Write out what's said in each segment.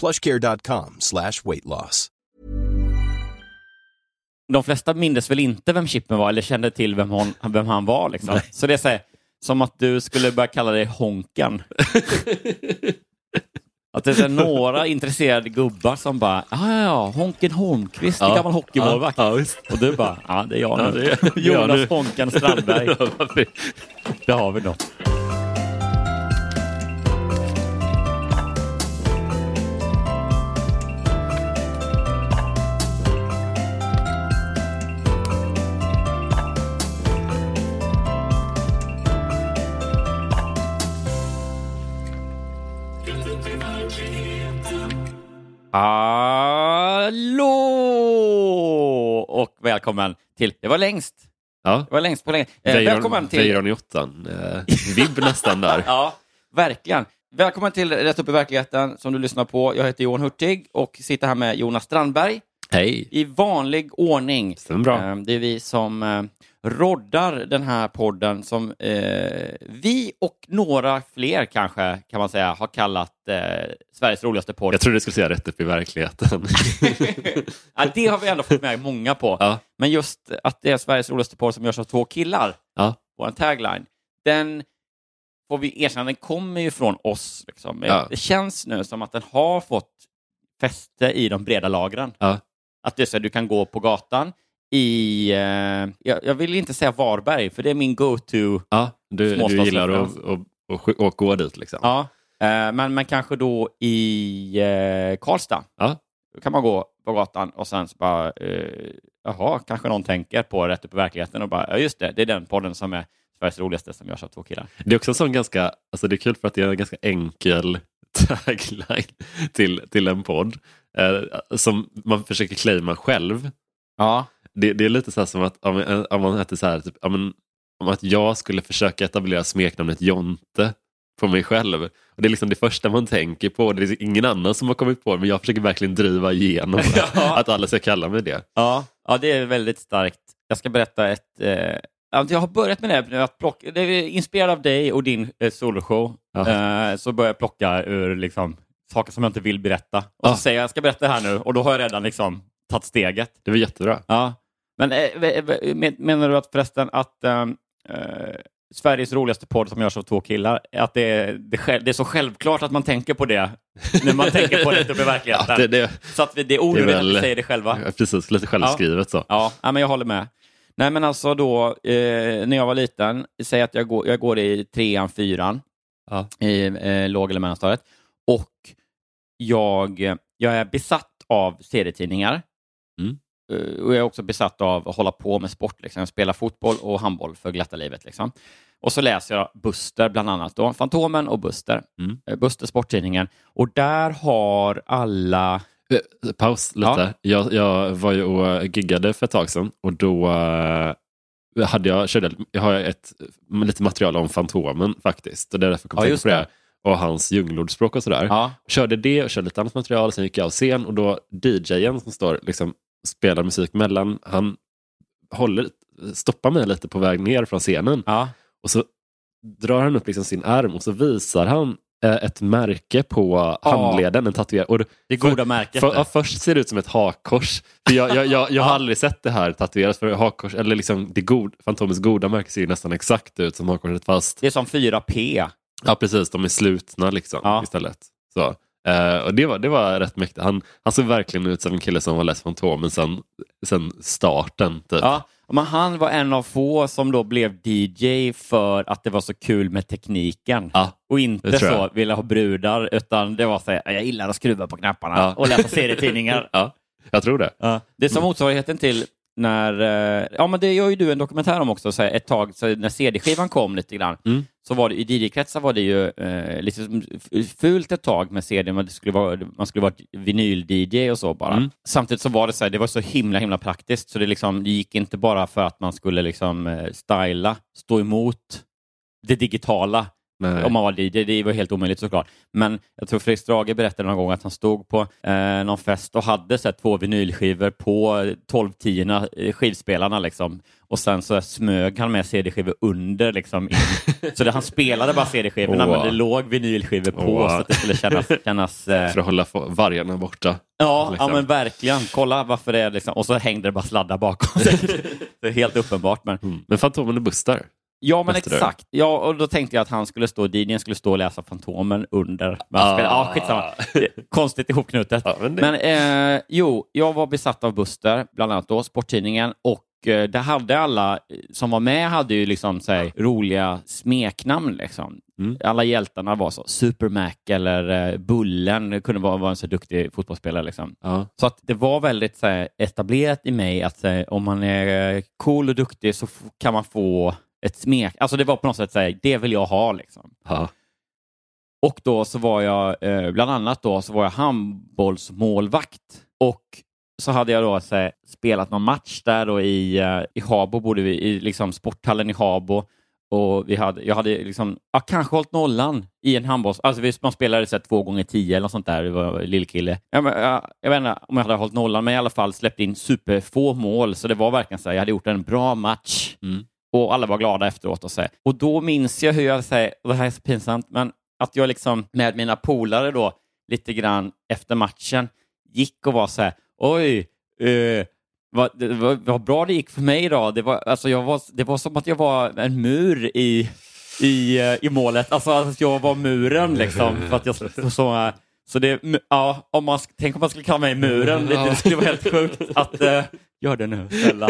plushcare.com slash weight loss. De flesta mindes väl inte vem Chippen var eller kände till vem, hon, vem han var. Liksom. Så det är så här, som att du skulle börja kalla dig Honkan. Att det är så här några intresserade gubbar som bara, ah, ja, ja, Honken Holmqvist, Ja, gammal hockeymålvakt. ja, ja, visst. och du bara, ja, det är jag nu. Ja, det är- det är jag Jonas nu. Honkan Strandberg. Varför- Där har vi något. Hallå! Och välkommen till Det var längst. ja. Det var längst på länge. Eh, Weiron- välkommen till... Weiron i åttan. Eh, vibb nästan där. Ja, verkligen. Välkommen till Rätt upp i verkligheten som du lyssnar på. Jag heter Johan Hurtig och sitter här med Jonas Strandberg Hej. i vanlig ordning. Stämmer bra. Eh, Det är vi som eh, roddar den här podden som eh, vi och några fler kanske kan man säga har kallat eh, Sveriges roligaste podd. Jag trodde du skulle säga rätt upp i verkligheten. Ja, det har vi ändå fått med många på. Ja. Men just att det är Sveriges roligaste podd som görs av två killar, Ja. vår tagline, den får vi erkänna, den kommer ju från oss. Liksom. Ja. Det känns nu som att den har fått fäste i de breda lagren. Ja. Att det är så här, du kan gå på gatan i, eh, jag, jag vill inte säga Varberg, för det är min go-to. ja, du, du Småstadsreferens. gillar att och, och, och gå dit liksom. Ja. Eh, men, men kanske då i eh, Karlstad. Ja. Då kan man gå på gatan och sen så bara, eh, jaha, kanske någon tänker på Rätt upp i verkligheten och bara, ja just det, det är den podden som är Sveriges roligaste som görs av två killar. Det är också en sån ganska, alltså det är kul för att det är en ganska enkel tagline till, till en podd. Eh, som man försöker claima själv. Ja. Det, det är lite så här som att om, en- om man heter så här, typ, om, en, om att jag skulle försöka etablera smeknamnet Jonte på mig själv. Och det är liksom det första man tänker på. Det är liksom ingen annan som har kommit på det, men jag försöker verkligen driva igenom Ja. att alla ska kalla mig det. Ja. ja, det är väldigt starkt. Jag ska berätta ett, eh, att jag har börjat med det här nu, att plocka, det är inspirerad av dig och din eh, soloshow, Ja. eh, så börjar jag plocka ur liksom, saker som jag inte vill berätta. Och så Ja. säger jag, jag ska berätta det här nu, och då har jag redan liksom, tagit steget. Det var jättebra. Ja. Men eh, v- v- men- menar du att förresten att ehm, eh, Sveriges roligaste podd som görs av två killar, att det är, det, själv, det är så självklart att man tänker på det när man tänker på det uppe i verkligheten? Ja, det, det, Så att vi, det är onödigt Det är väl- att vi säger det själva. precis, lite självskrivet så. Ja, nej, men jag håller med. Nej, men alltså då, eh, när jag var liten, säg att jag går, jag går i trean, fyran Ja. i eh, låg eller mellanstadiet och jag, jag är besatt av serietidningar. Mm. Eh, Och jag är också besatt av att hålla på med sport. Liksom. Jag spelar fotboll och handboll för glatta livet. Liksom. Och så läser jag Buster bland annat. Då. Fantomen och Buster. Mm. Eh, Buster Sporttidningen. Och där har alla... Eh, Paus lite. Ja. Jag, jag var ju och giggade för ett tag sedan och då eh, hade jag, körde, jag har jag ett, lite material om Fantomen faktiskt. Och det är därför jag kom Ja, tänka just på det. här. och hans djungelordspråk och sådär. Ja. Körde det och körde lite annat material. Sen gick jag av scen och då DJen som står liksom spelar musik mellan, han håller, stoppar mig lite på väg ner från scenen. Ja. Och så drar han upp liksom sin arm och så visar han eh, ett märke på handleden, en tatuering. Och Det goda märket. för, där. ja, först ser det ut som ett hakkors. För jag jag, jag, jag har aldrig sett det här tatuerat. För hakkors, eller liksom det god, Fantomens goda märke ser ju nästan exakt ut som hakkorset fast. Det är som 4P. Ja precis, de är slutna liksom Ja. istället. Så. Eh, och det var, det var rätt mäktigt. Han, han såg verkligen ut som en kille som har läst Fantomen sen, sen starten. Typ. Ja. Men han var en av få som då blev DJ för att det var så kul med tekniken. Ja. Och Det inte tror så jag. ville ha brudar, utan det var så här, jag gillar att skruva på knapparna Ja. och läsa serietidningar. Ja, jag tror det. Ja. Det är som motsvarigheten till när, eh, ja men det gör ju du en dokumentär om också, så här, ett tag så när CD-skivan kom lite grann, så var det, i DJ-kretsar var det ju eh, lite som f- fult ett tag med CD, men det skulle vara, man skulle vara ett vinyl-DJ och så bara. Samtidigt så var det så här, det var så himla himla praktiskt, så det, liksom, det gick inte bara för att man skulle liksom eh, styla, stå emot det digitala, Nej. om man var DJ, det var helt omöjligt såklart. Men jag tror Fredrik Strage berättade någon gång att han stod på eh, någon fest och hade så här, två vinylskivor på 1210 eh, skivspelarna liksom. Och sen så här, smög han med CD-skivor under liksom. In. så det, han spelade bara CD-skivorna Åh. men det låg vinylskivor på Åh. så att det skulle kännas... kännas eh, För att hålla få- vargarna borta. ja, liksom. ja, men verkligen. Kolla varför det är liksom. Och så hängde det bara sladdar bakom. det är helt uppenbart. Men Mm. Men Fantomen och Buster. Ja, men Efter det. exakt. Ja, och då tänkte jag att han skulle stå, DJn skulle stå och läsa Fantomen under. Men Ah. ah. Ja, skitsamma. Det- Konstigt ihopknutet. Ja, men det- Men eh, jo, jag var besatt av Buster, bland annat då, Sporttidningen. Och eh, där hade alla eh, som var med hade ju liksom så här, roliga smeknamn. Liksom. Mm. Alla hjältarna var så. Supermac eller eh, Bullen det kunde vara, vara en så duktig fotbollsspelare. Liksom. Ja. Så att det var väldigt så här, etablerat i mig att så här, om man är eh, cool och duktig så f- kan man få ett smek. Alltså det var på något sätt så här, det vill jag ha liksom. Ja. Och då så var jag, eh, bland annat då, så var jag handbollsmålvakt. Och så hade jag då så här, spelat någon match där då i, eh, i Habo, bodde vi i liksom, sporthallen i Habo. Och vi hade, jag hade liksom, ja, kanske hållit nollan i en handbolls... Alltså vi- man spelade så här, två gånger tio eller något sånt där, det var en lillkille. Jag, men, jag, jag vet inte om jag hade hållit nollan, men i alla fall släppt in superfå mål. Så det var verkligen så här, jag hade gjort en bra match. Och alla var glada efteråt. Och, så här. och då minns jag hur jag, så här, och det här är så pinsamt, men att jag liksom med mina polare då lite grann efter matchen gick och var så här, oj, eh, vad, det, vad, vad bra det gick för mig idag. Det var, alltså jag var, det var som att jag var en mur i, i, eh, i målet. Alltså att jag var muren liksom. För att jag, så, så, så det, ja, om man, sk- tänk om man skulle kalla mig muren lite. Det skulle vara helt sjukt att eh, gör det nu, snälla.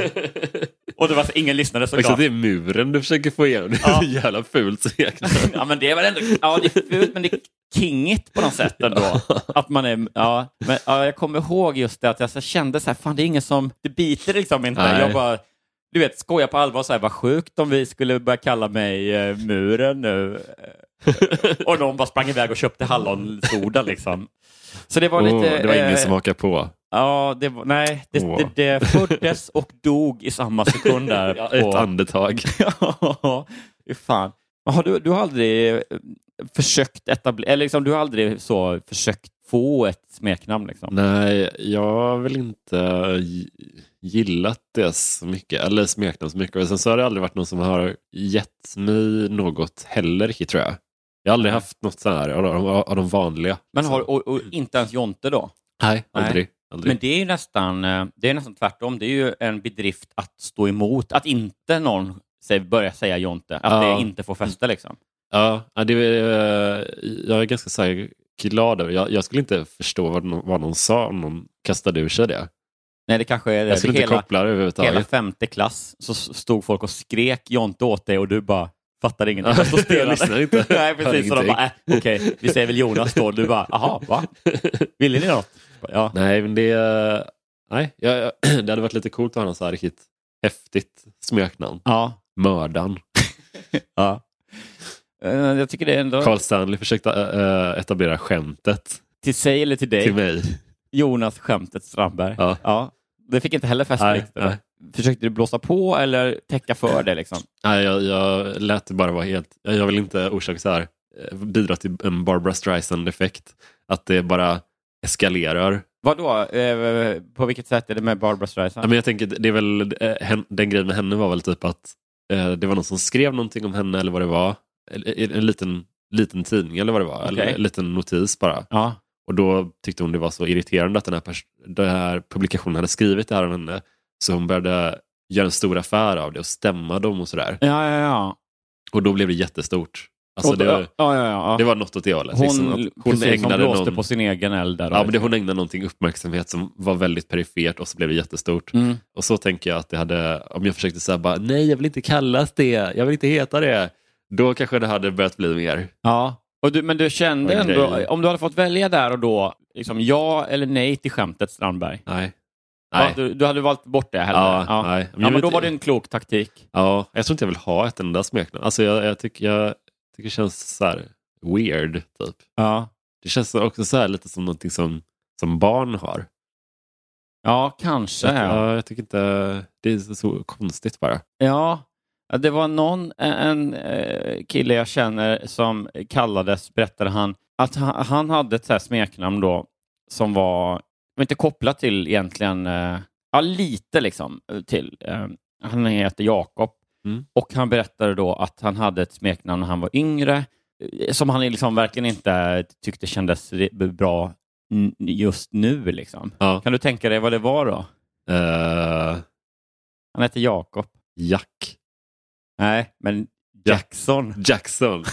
Och det var så, ingen lyssnade Och så såklart. det är muren du försöker få igenom. Det är så jävla fult smeknamn. Ja, men det är väl ändå... Ja, det är fult, men det är kingigt på något sätt ändå. Att man är... Ja, men, ja, jag kommer ihåg just det att jag så kände så här, fan det är ingen som... Det biter liksom inte. Nej. Jag bara... Du vet, skoja på allvar så här, vad sjukt om vi skulle börja kalla mig eh, muren nu. Eh, och någon bara sprang iväg och köpte hallonsoda liksom. Så det var Åh, lite... det var ingen eh, som hakade på. Ja, det var, nej, det, Åh. det, det föddes och dog i samma sekund där. Ja, på- ett andetag. Ja, fy fan. Men Har du, du har aldrig eh, försökt etablera, eller liksom, du har aldrig så försökt få ett smeknamn liksom? Nej, jag har väl inte gi- gillat det så mycket. Eller smeknamn så mycket. Och sen så har det aldrig varit någon som har gett mig något heller riktigt tror jag. Jag har aldrig haft något sånt här av de, av de vanliga. Men Så- har, och, och inte ens Jonte då? Nej, aldrig. aldrig. Men det är ju nästan, eh, det är nästan tvärtom. Det är ju en bedrift att stå emot, att inte någon säger- börjar säga Jonte, att Ja. det inte får fäste liksom. Ja, ja, det, är- eh, jag är ganska så här glad över jag, jag skulle inte förstå vad någon, vad någon sa om någon kastade ur sig det. Nej, det kanske är det. Jag skulle det inte Eh, hela, koppla det hela överhuvudtaget. femte klass så s- stod folk och skrek Jonte åt dig och du bara fattade ingenting. Ja, Så stirrade. jag lyssnade inte. Nej, Hörde precis. Så de ingenting. bara, äh, okej, vi säger väl Jonas då. Du bara, aha, va? Ville ni något? Ja. Nej, men det... Nej, jag, jag, det hade varit lite coolt att ha något så här riktigt häftigt smeknamn. ja. Mördaren. ja. Eh, Jag tycker det är ändå... Carl Stanley försökte eh, etablera skämtet Till sig eller till dig? till mig. Jonas skämtet Strandberg. Ja. Det fick inte heller fäste Nej, riktigt. eller? nej. Försökte du blåsa på eller täcka för det liksom? Nej, jag, jag lät det bara vara helt... Jag vill inte orsaka så här eh, bidra till en Barbara Streisand-effekt. Att det bara eskalerar. Vadå? Eh, på vilket sätt är det med Barbra Streisand? Ja, men jag tänker, det är väl, eh, hen- den grejen med henne var väl typ att eh, det var någon som skrev någonting om henne eller vad det var. Eller- En, en liten, liten tidning eller vad det var. Okej. Eller en liten notis bara. Ja. Och då tyckte hon det var så irriterande att den här, pers- den här publikationen hade skrivit det här om henne. Så hon började göra en stor affär av det och stämma dem och sådär. Ja, ja, ja. Och då blev det jättestort. Alltså Och- det, ja, ja, ja. det var något åt det hållet. hon, liksom, att hon precis, hon blåste någon- på sin egen eld där. Ja, men det, hon ägnade någonting uppmärksamhet som var väldigt perifert och så blev det jättestort. Mm. Och så tänker jag att det hade, om jag försökte säga bara nej jag vill inte kallas det, jag vill inte heta det. Då kanske det hade börjat bli mer. Ja. Och du, men du kände Och en ändå, grej. om du hade fått välja där och då, liksom ja eller nej till skämtet Strandberg? Nej. Ja, Nej. du, du hade valt bort det hellre? Ja, nej. ja, men då vet- var det en klok taktik. ja, jag tror inte jag vill ha ett enda smeknamn. Alltså jag, jag, tycker, jag tycker det känns så här weird typ. Ja, Det känns också så här lite som någonting som, som barn har. ja kanske. Så att, ja, jag tycker inte, det är så- så konstigt bara. Ja, Ja, det var någon en, eh, kille jag känner som kallades, berättade han, att han, han hade ett så här smeknamn då som var, var inte kopplat till egentligen, eh, ja lite liksom eh, till. Eh, han heter Jakob Mm. och han berättade då att han hade ett smeknamn när han var yngre eh, som han liksom verkligen inte tyckte kändes re- bra n- just nu. Liksom. Ja. Kan du tänka dig vad det var då? Eh, Han hette Jakob. Jack Nej, men Jackson. Jackson.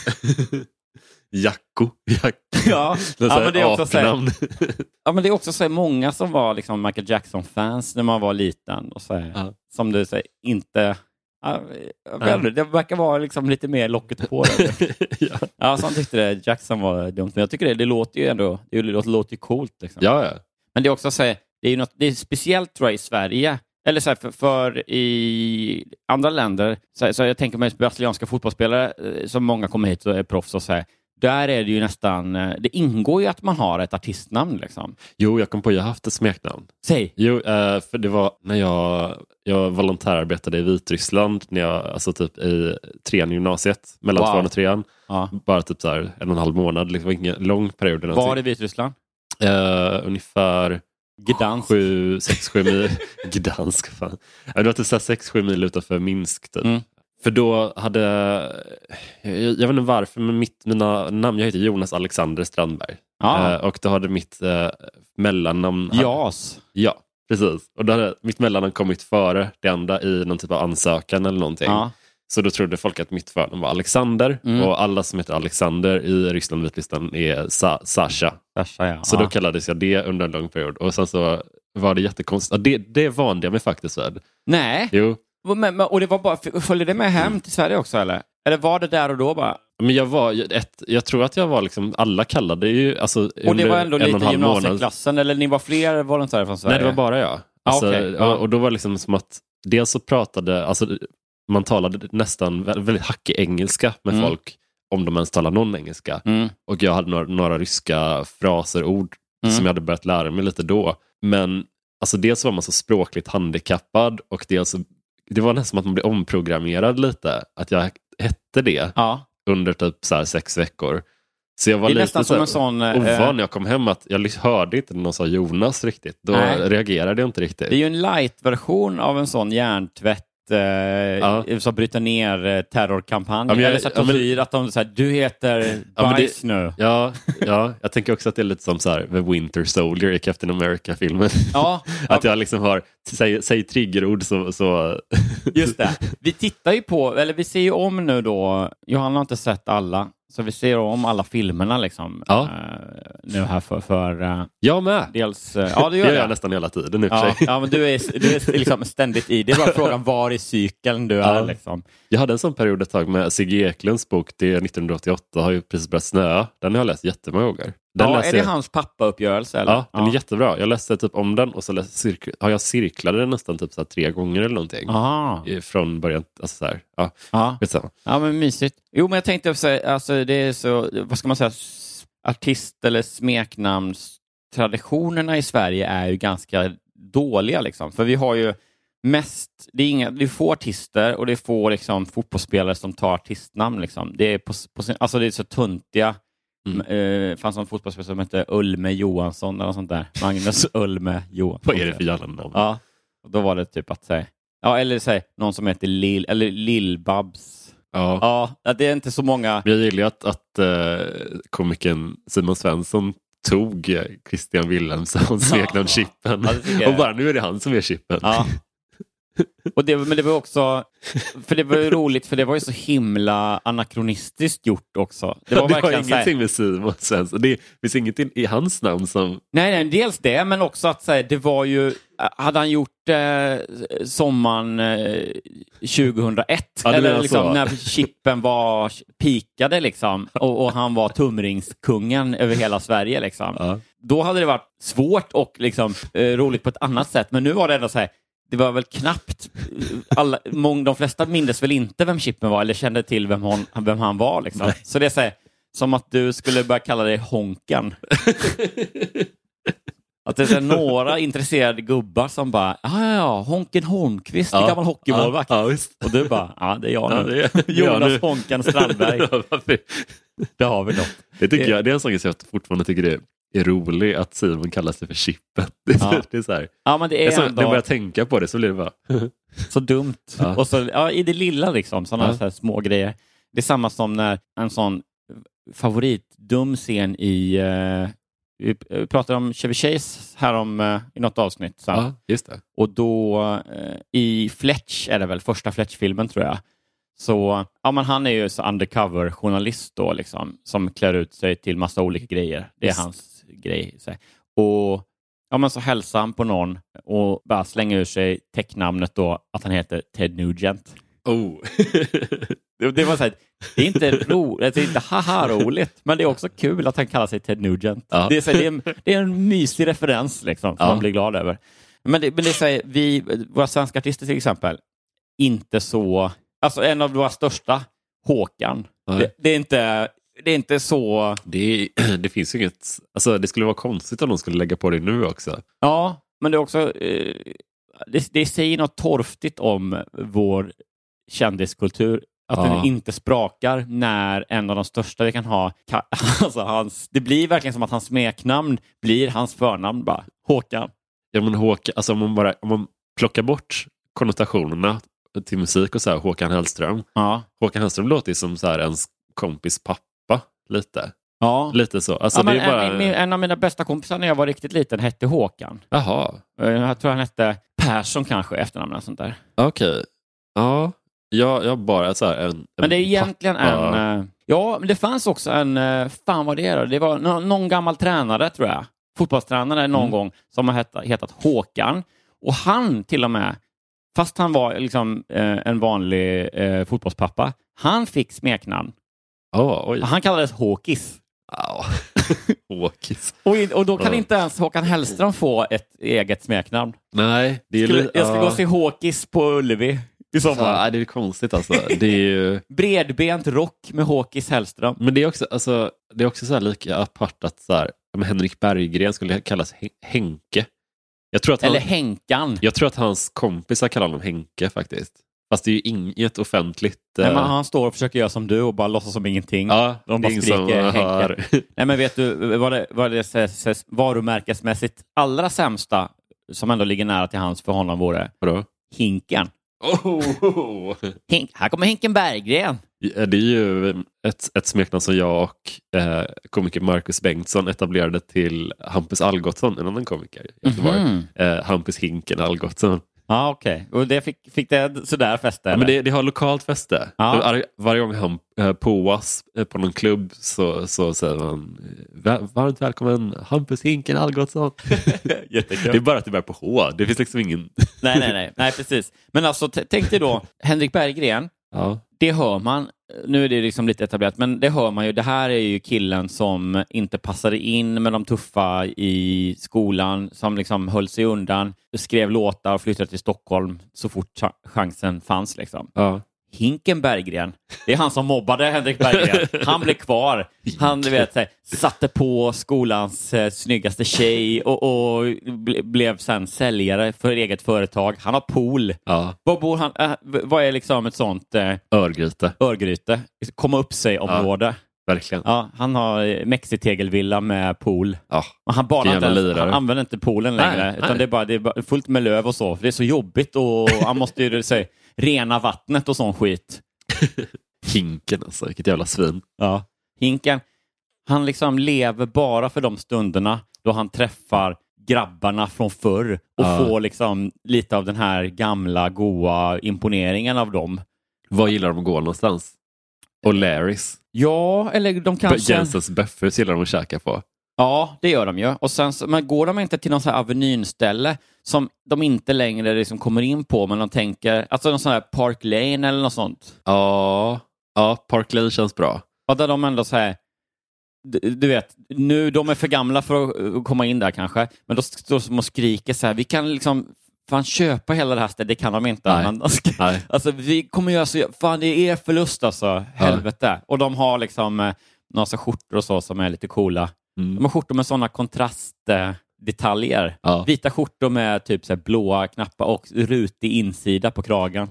Jacko. Jack. Ja, Det är ja, så här men det är också så här, apnamn. ja, men det är också så här många som var liksom Michael Jackson-fans när man var liten. Och så här, Ja. Som du säger, inte... Ja, jag vet inte, det verkar vara liksom lite mer locket på det. ja. ja, som tyckte det, Jackson var dumt. Men jag tycker det, det låter ju ändå det låter, låter ju coolt. Liksom. Ja, ja. Men det är också så här, det är ju något, det är speciellt tror jag i Sverige. Eller så här, för, för i andra länder, så, här, så här, jag tänker mig brasilianska fotbollsspelare eh, som många kommer hit och är proffs och så här, där är det ju nästan, eh, det ingår ju att man har ett artistnamn liksom. Jo, jag kom på jag har haft ett smeknamn. Säg! Jo, eh, för det var när jag, jag volontärarbetade i Vitryssland, när jag, alltså typ i trean i gymnasiet, mellan Wow. tvåan och trean. Ja. Bara typ så här en och en halv månad, liksom ingen lång period. eller Var det någonting. Vitryssland? Eh, ungefär Gdansk? sju, sex, sju mil. Gdansk, fan. Ja, Det var typ så här sex, sju mil utanför Minsk. Typ. Mm. För då hade, jag, jag vet inte varför, men mitt, mina namn, jag heter Jonas Alexander Strandberg. Ja. Eh, och då hade mitt eh, mellannamn... JAS. Ja, precis. Och då hade mitt mellannamn kommit före det andra i någon typ av ansökan eller någonting. Ja. Så då trodde folk att mitt förnamn var Alexander Mm. och alla som heter Alexander i Ryssland och Vitryssland är Sa- Sasha. Sasha, ja. Så ja. då kallades jag det under en lång period. Och sen så var det jättekonstigt. Ja, det, det vande jag mig faktiskt vid. Nej, Jo, men, men, och det var bara, följde det med hem till Sverige också eller? Eller var det där och då bara? men jag var ju ett, jag tror att jag var liksom, alla kallade ju, alltså Och det under var ändå en och en lite halv månad- gymnasieklassen, eller ni var fler volontärer från Sverige? Nej, det var bara jag. Ah, Alltså, okej. Ja. och, och då var det liksom som att dels så pratade, alltså, man talade nästan vä- väldigt hackig engelska med Mm. folk, om de ens talade någon engelska. Mm. Och jag hade några, några ryska fraser, ord Mm. som jag hade börjat lära mig lite då. Men alltså, dels var man så språkligt handikappad och dels så, det var nästan som att man blev omprogrammerad lite. Att jag hette det Ja. under typ så här sex veckor. Så jag var Det är lite nästan så som här- en sån... eh, ovan när jag kom hem att jag lys- hörde inte när någon sa Jonas riktigt. Då Nej. reagerade jag inte riktigt. det är ju en light-version av en sån hjärntvätt eh, som bryter ner eh, terrorkampanjer. Ja, men jag- Eller så att ja, de men- säger att de så här, du heter Ja, men det- bajs nu. Ja, ja, jag tänker också att det är lite som så här, The Winter Soldier i Captain America-filmen. Ja, Att jag liksom har, säg, säg triggerord så... så just det. Vi tittar ju på, eller vi ser ju om nu då, Johanna har inte sett alla, så vi ser om alla filmerna liksom. Ja. eh, nu här för, för eh, jag med! dels... eh, ja, det Det gör gör det. jag nästan hela tiden i och för Ja, sig. ja, men du är, du är liksom ständigt i. Det är bara frågan var i cykeln du är. Ja. Liksom. Jag hade en sån period ett tag med Sigge Eklunds bok, det är 1988, har ju precis börjat snöa. Den har jag läst jättemånga gånger. Den Ja, läser är det jag- hans pappauppgörelse? Eller? Ja, den är jättebra. Jag läste typ om den och så läste, cirk- har jag cirklade den nästan typ så här tre gånger eller någonting. Aha. I- Eh, Från början, alltså så här. Ja, Ja. skitsamma. ja, men mysigt. Jo, men jag tänkte säga, alltså det är så, vad ska man säga, s- artist eller smeknamnstraditionerna i Sverige är ju ganska dåliga liksom. För vi har ju mest, det är, inga, det är få artister och det är få liksom, fotbollsspelare som tar artistnamn. Liksom. Det, är på, på sin, alltså det är så tuntiga. Mm. Mm. Eh, fanns en fotbollsspelare som hette Ulme Johansson eller något sånt där. Magnus Ulme Johansson. Vad är det för jävla namn? Ja, och då var det typ att säga, ja, eller säg någon som heter Lil, eller Lill-Babs. Ja. Ja, att det är inte så många. Men Jag gillar ju att, att eh, komikern Simon Svensson tog eh, Christian Wilhelmssons smeknamn Chippen. Ja, det tycker jag. och bara nu är det han som är Chippen. Ja. Och det, men det var också, för det var ju roligt för det var ju så himla anakronistiskt gjort också. Det var Det har verkligen så här, ingenting med Simon Svensson. Det finns inget i- i hans namn som... Nej, nej, dels det, men också att så här, det var ju... Hade han gjort eh, sommaren eh, 2001, Ja, du eller menar liksom, så. när chippen var pikade liksom, och, och han var tumringskungen över hela Sverige. Liksom. Ja. Då hade det varit svårt och liksom, eh, roligt på ett annat sätt, men nu var det ändå så här, det var väl knappt, eh, alla, mång, de flesta mindes väl inte vem Chippen var eller kände till vem, hon, vem han var. Liksom. Så det är så här, som att du skulle börja kalla dig Honkan. Att det är så här några intresserade gubbar som bara, ja, ja, ja, Honken Holmqvist, en gammal hockeymålvakt. Ja, ja, visst. Och du bara, ja, det är jag nu. Ja, det är- Jonas jag nu. Honken Strandberg, Ja, varför? det har vi något. det, tycker Det- jag, det är en sån grej som jag fortfarande tycker är, är rolig, att Simon kallar sig för Chippen. Det är, så- Ja. det är så här. Ja, men det Det är är så, ändå när jag börjar tänka på det så blir det bara... så dumt. Ja. Och så, ja, I det lilla liksom, sådana Ja. så här små grejer. Det är samma som när en sån favoritdum scen i, eh, vi vi pratade om Chevy Chase här om, eh, i något avsnitt. Så här. Ja, just det. Och då eh, i Fletch, är det väl, första Fletch-filmen tror jag, så, ja men han är ju så undercover-journalist då liksom, som klär ut sig till massa olika grejer. Det är Visst. hans grej. Så. här. Och ja men så hälsar han på någon och bara slänger ur sig tecknamnet då att han heter Ted Nugent. Oh. Det, det var så här, det är inte roligt, det är inte haha-roligt, men det är också kul att han kallar sig Ted Nugent. Ja. Det, är så här, det, är en, det är en mysig referens liksom, som Ja. man blir glad över. Men det, men det är så här, vi, våra svenska artister till exempel, inte så... Alltså en av våra största, Håkan, Nej. det, det, är inte, det är inte så... det, är- det finns ju inget... Alltså, det skulle vara konstigt om de skulle lägga på det nu också. Ja, men det är också... Eh, det, det säger något torftigt om vår kändiskultur. Att Ja. den inte sprakar när en av de största vi kan ha... Ka, alltså hans, det blir verkligen som att hans smeknamn blir hans förnamn bara. Håkan. Ja, men Håkan, alltså om man, bara, om man plockar bort konnotationerna till musik och så här, Håkan Hellström. Ja. Håkan Hellström låter ju som så här ens kompis pappa lite. Ja. Lite så. Alltså, ja, men det är bara... en, min- en av mina bästa kompisar när jag var riktigt liten hette Håkan. Jaha, Eh, Jag tror han hette Persson kanske, efternamn eller sånt där. okej. Ja, jag, jag bara så här en, en Men det är egentligen pappa. en... eh, Ja, men det fanns också en... eh, Fan vad det är då. Det var nå- någon gammal tränare, tror jag. Fotbollstränare Mm. någon gång som har heta- hetat Håkan. Och han till och med, fast han var liksom eh, en vanlig eh, fotbollspappa, han fick smeknamn. Ja, oj. Han kallades Håkis. Au. Håkis. Och, in- och då kan Ja. inte ens Håkan Hellström få ett eget smeknamn. Nej, det är Skulle, li- jag ska ja. gå och se Håkis på Ullevi i sommar. Fan, nej, det är konstigt alltså. Det är ju... Bredbent rock med Håkis Hellström. Men det är också, alltså, det är också så här lika apart att så här, ja, men Henrik Berggren skulle kallas Hen- Henke. Jag tror, att han, Eller Henkan. jag tror att hans kompisar kallar honom Henke faktiskt. Fast det är ju inget offentligt. Nej, eh, men han står och försöker göra som du och bara låtsas som ingenting. ja, de det är bara ingen skriker som Henke. hör. Nej, men vet du vad det, vad det s- s- varumärkesmässigt allra sämsta som ändå ligger nära till hans för honom vore Vadå? Hinken. Oh! Hink, här kommer Hinken Berggren. Ja, Det är ju ett, ett smeknamn som jag och eh, komikern Marcus Bengtsson etablerade till Hampus Algotsson, en annan komiker i Göteborg. Mhm. Eh, Hampus Hinken Algotsson. Ja, okej. Och det fick, fick det sådär fäste? Ja, men eller? det, det har lokalt fäste. Ja. För Var, varje gång han eh, påas eh, på någon klubb så, så säger man eh, "Vä- varmt välkommen Hampus Hinken Algotsson. Jättekul. Det är bara att det börjar på H. Det finns liksom ingen... Nej, nej, nej. nej precis. Men alltså, t- tänk dig då Henrik Berggren. Ja, Det hör man. Nu är det liksom lite etablerat, men det hör man ju. Det här är ju killen som inte passade in med de tuffa i skolan, som liksom höll sig undan, skrev låtar och flyttade till Stockholm så fort cha- chansen fanns. Liksom. ja. Hinken Berggren. Det är han som mobbade Henrik Berggren. Han blev kvar. Han du vet, så här, satte på skolans eh, snyggaste tjej och, och ble, blev sen säljare för eget företag. Han har pool. Ja, Var bor han? eh, v- vad är liksom ett sånt eh, Örgryte. Örgryte? Komma upp sig-område. Verkligen. Ja, han har eh, mexitegelvilla med pool. Ja. Och han, badar inte Jävla ens, lirare. han använder inte poolen längre, Nej, utan nej. Det, är bara, det är bara fullt med löv och så. För det är så jobbigt och han måste ju säga, rena vattnet och sån skit. Hinken alltså, vilket jävla svin. Ja. Hinken, han liksom lever bara för de stunderna då han träffar grabbarna från förr och Ja. får liksom lite av den här gamla goa imponeringen av dem. Var gillar de att gå någonstans? Och Larrys. Ja, eller de kanske... Jensens böffhus gillar de att käka på. Ja, det gör de ju. Och sen så, men går de inte till någon så här avenynställe som de inte längre liksom kommer in på, men de tänker, alltså någon sån här Park Lane eller något sånt. Ja, ja Park Lane känns bra. Ja, där de ändå så här, du, du vet, nu, de är för gamla för att eh, komma in där kanske, men då står de och skriker så här, vi kan liksom fan köpa hela det här stället, det kan de inte. Nej. Men de ska- Nej. Alltså vi kommer göra så, fan det är er förlust alltså, helvete. Och de har liksom eh, några så här skjortor och så som är lite coola. Mm. De har skjortor med sådana kontrastdetaljer. Ja. Vita skjortor med typ så här blåa knappar och rutig insida på kragen.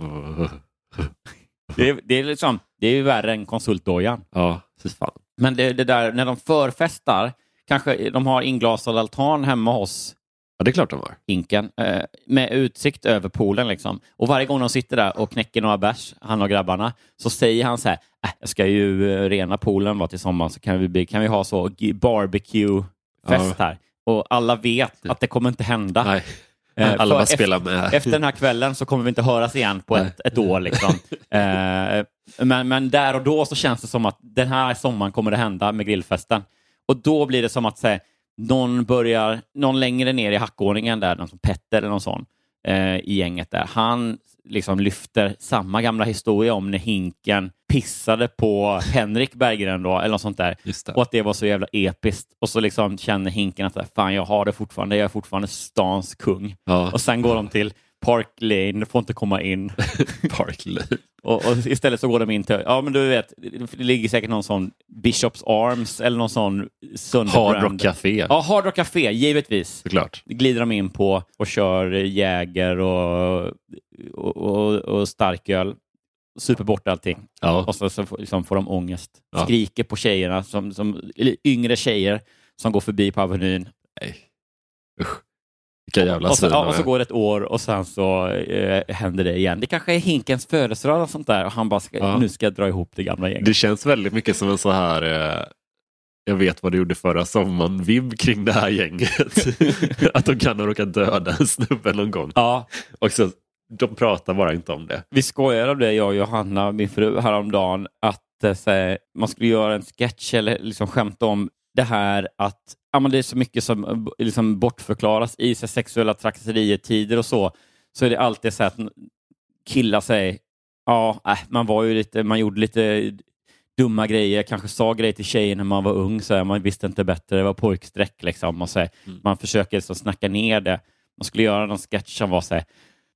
Det, är- det, är liksom, det är ju värre än konsultdojan. Ja, fy fan. Men det, det där när de förfestar, kanske de har inglasad altan hemma hos Ja, det är klart de har. Inken eh, med utsikt över poolen. Liksom. Och varje gång de sitter där och knäcker några bärs, han och grabbarna, så säger han så här, äh, jag ska ju eh, rena poolen va, till sommaren så kan vi, bli- kan vi ha så g- barbecue-fest här. Och alla vet att det kommer inte hända. Nej. Eh, Alla för bara efter- spelar med. Efter den här kvällen så kommer vi inte höras igen på Nej. ett, ett år. Liksom. Eh, men, men där och då så känns det som att den här sommaren kommer det hända med grillfesten. Och då blir det som att så här, någon börjar, någon längre ner i hackordningen där, någon som Petter eller någon sån eh, i gänget där, han liksom lyfter samma gamla historia om när Hinken pissade på Henrik Berggren då, eller något sånt där. Just det. Och att det var så jävla episkt. Och så liksom känner Hinken att så här, fan, jag har det fortfarande. Jag är fortfarande stans kung. Ja. Och sen går de till Park Lane, får inte komma in. Park Lane. Och, och istället så går de in till, ja men du vet, det ligger säkert någon sån Bishops Arms eller någon sån sönderbränd... Hard Rock Café. Ja, Hard Rock Café, givetvis. Såklart. glider de in på och kör Jäger och, och, och, och starköl. Super bort allting. Ja. Och så, så får- liksom får de ångest. Ja. Skriker på tjejerna, som, som, eller yngre tjejer som går förbi på Avenyn. Nej. Usch. Vilka jävla Och så, svin ja, de och så är. går det ett år och sen så eh, händer det igen. Det kanske är Hinkens födelsedag eller sånt där och han bara, ska, Ja. nu ska jag dra ihop det gamla gänget. Det känns väldigt mycket som en så här eh, jag vet vad du gjorde förra sommaren-vibb kring det här gänget. att de kan ha råkat döda en snubbe någon gång. Ja, Och så, de pratar bara inte om det. vi skojade om det, jag och Johanna, min fru, häromdagen, att eh, så här, man skulle göra en sketch eller liksom skämta om det här att ja, men det är så mycket som eh, b- liksom bortförklaras i så här, sexuella trakasserier-tider och så. Så är det alltid så här att n- killar säger, ja, äh, man var ju lite, man gjorde lite dumma grejer, kanske sa grejer till tjejer när man var ung, så här, man visste inte bättre, det var pojkstreck liksom. Och så här, Man försöker liksom snacka ner det. Man skulle göra någon sketch som var så här,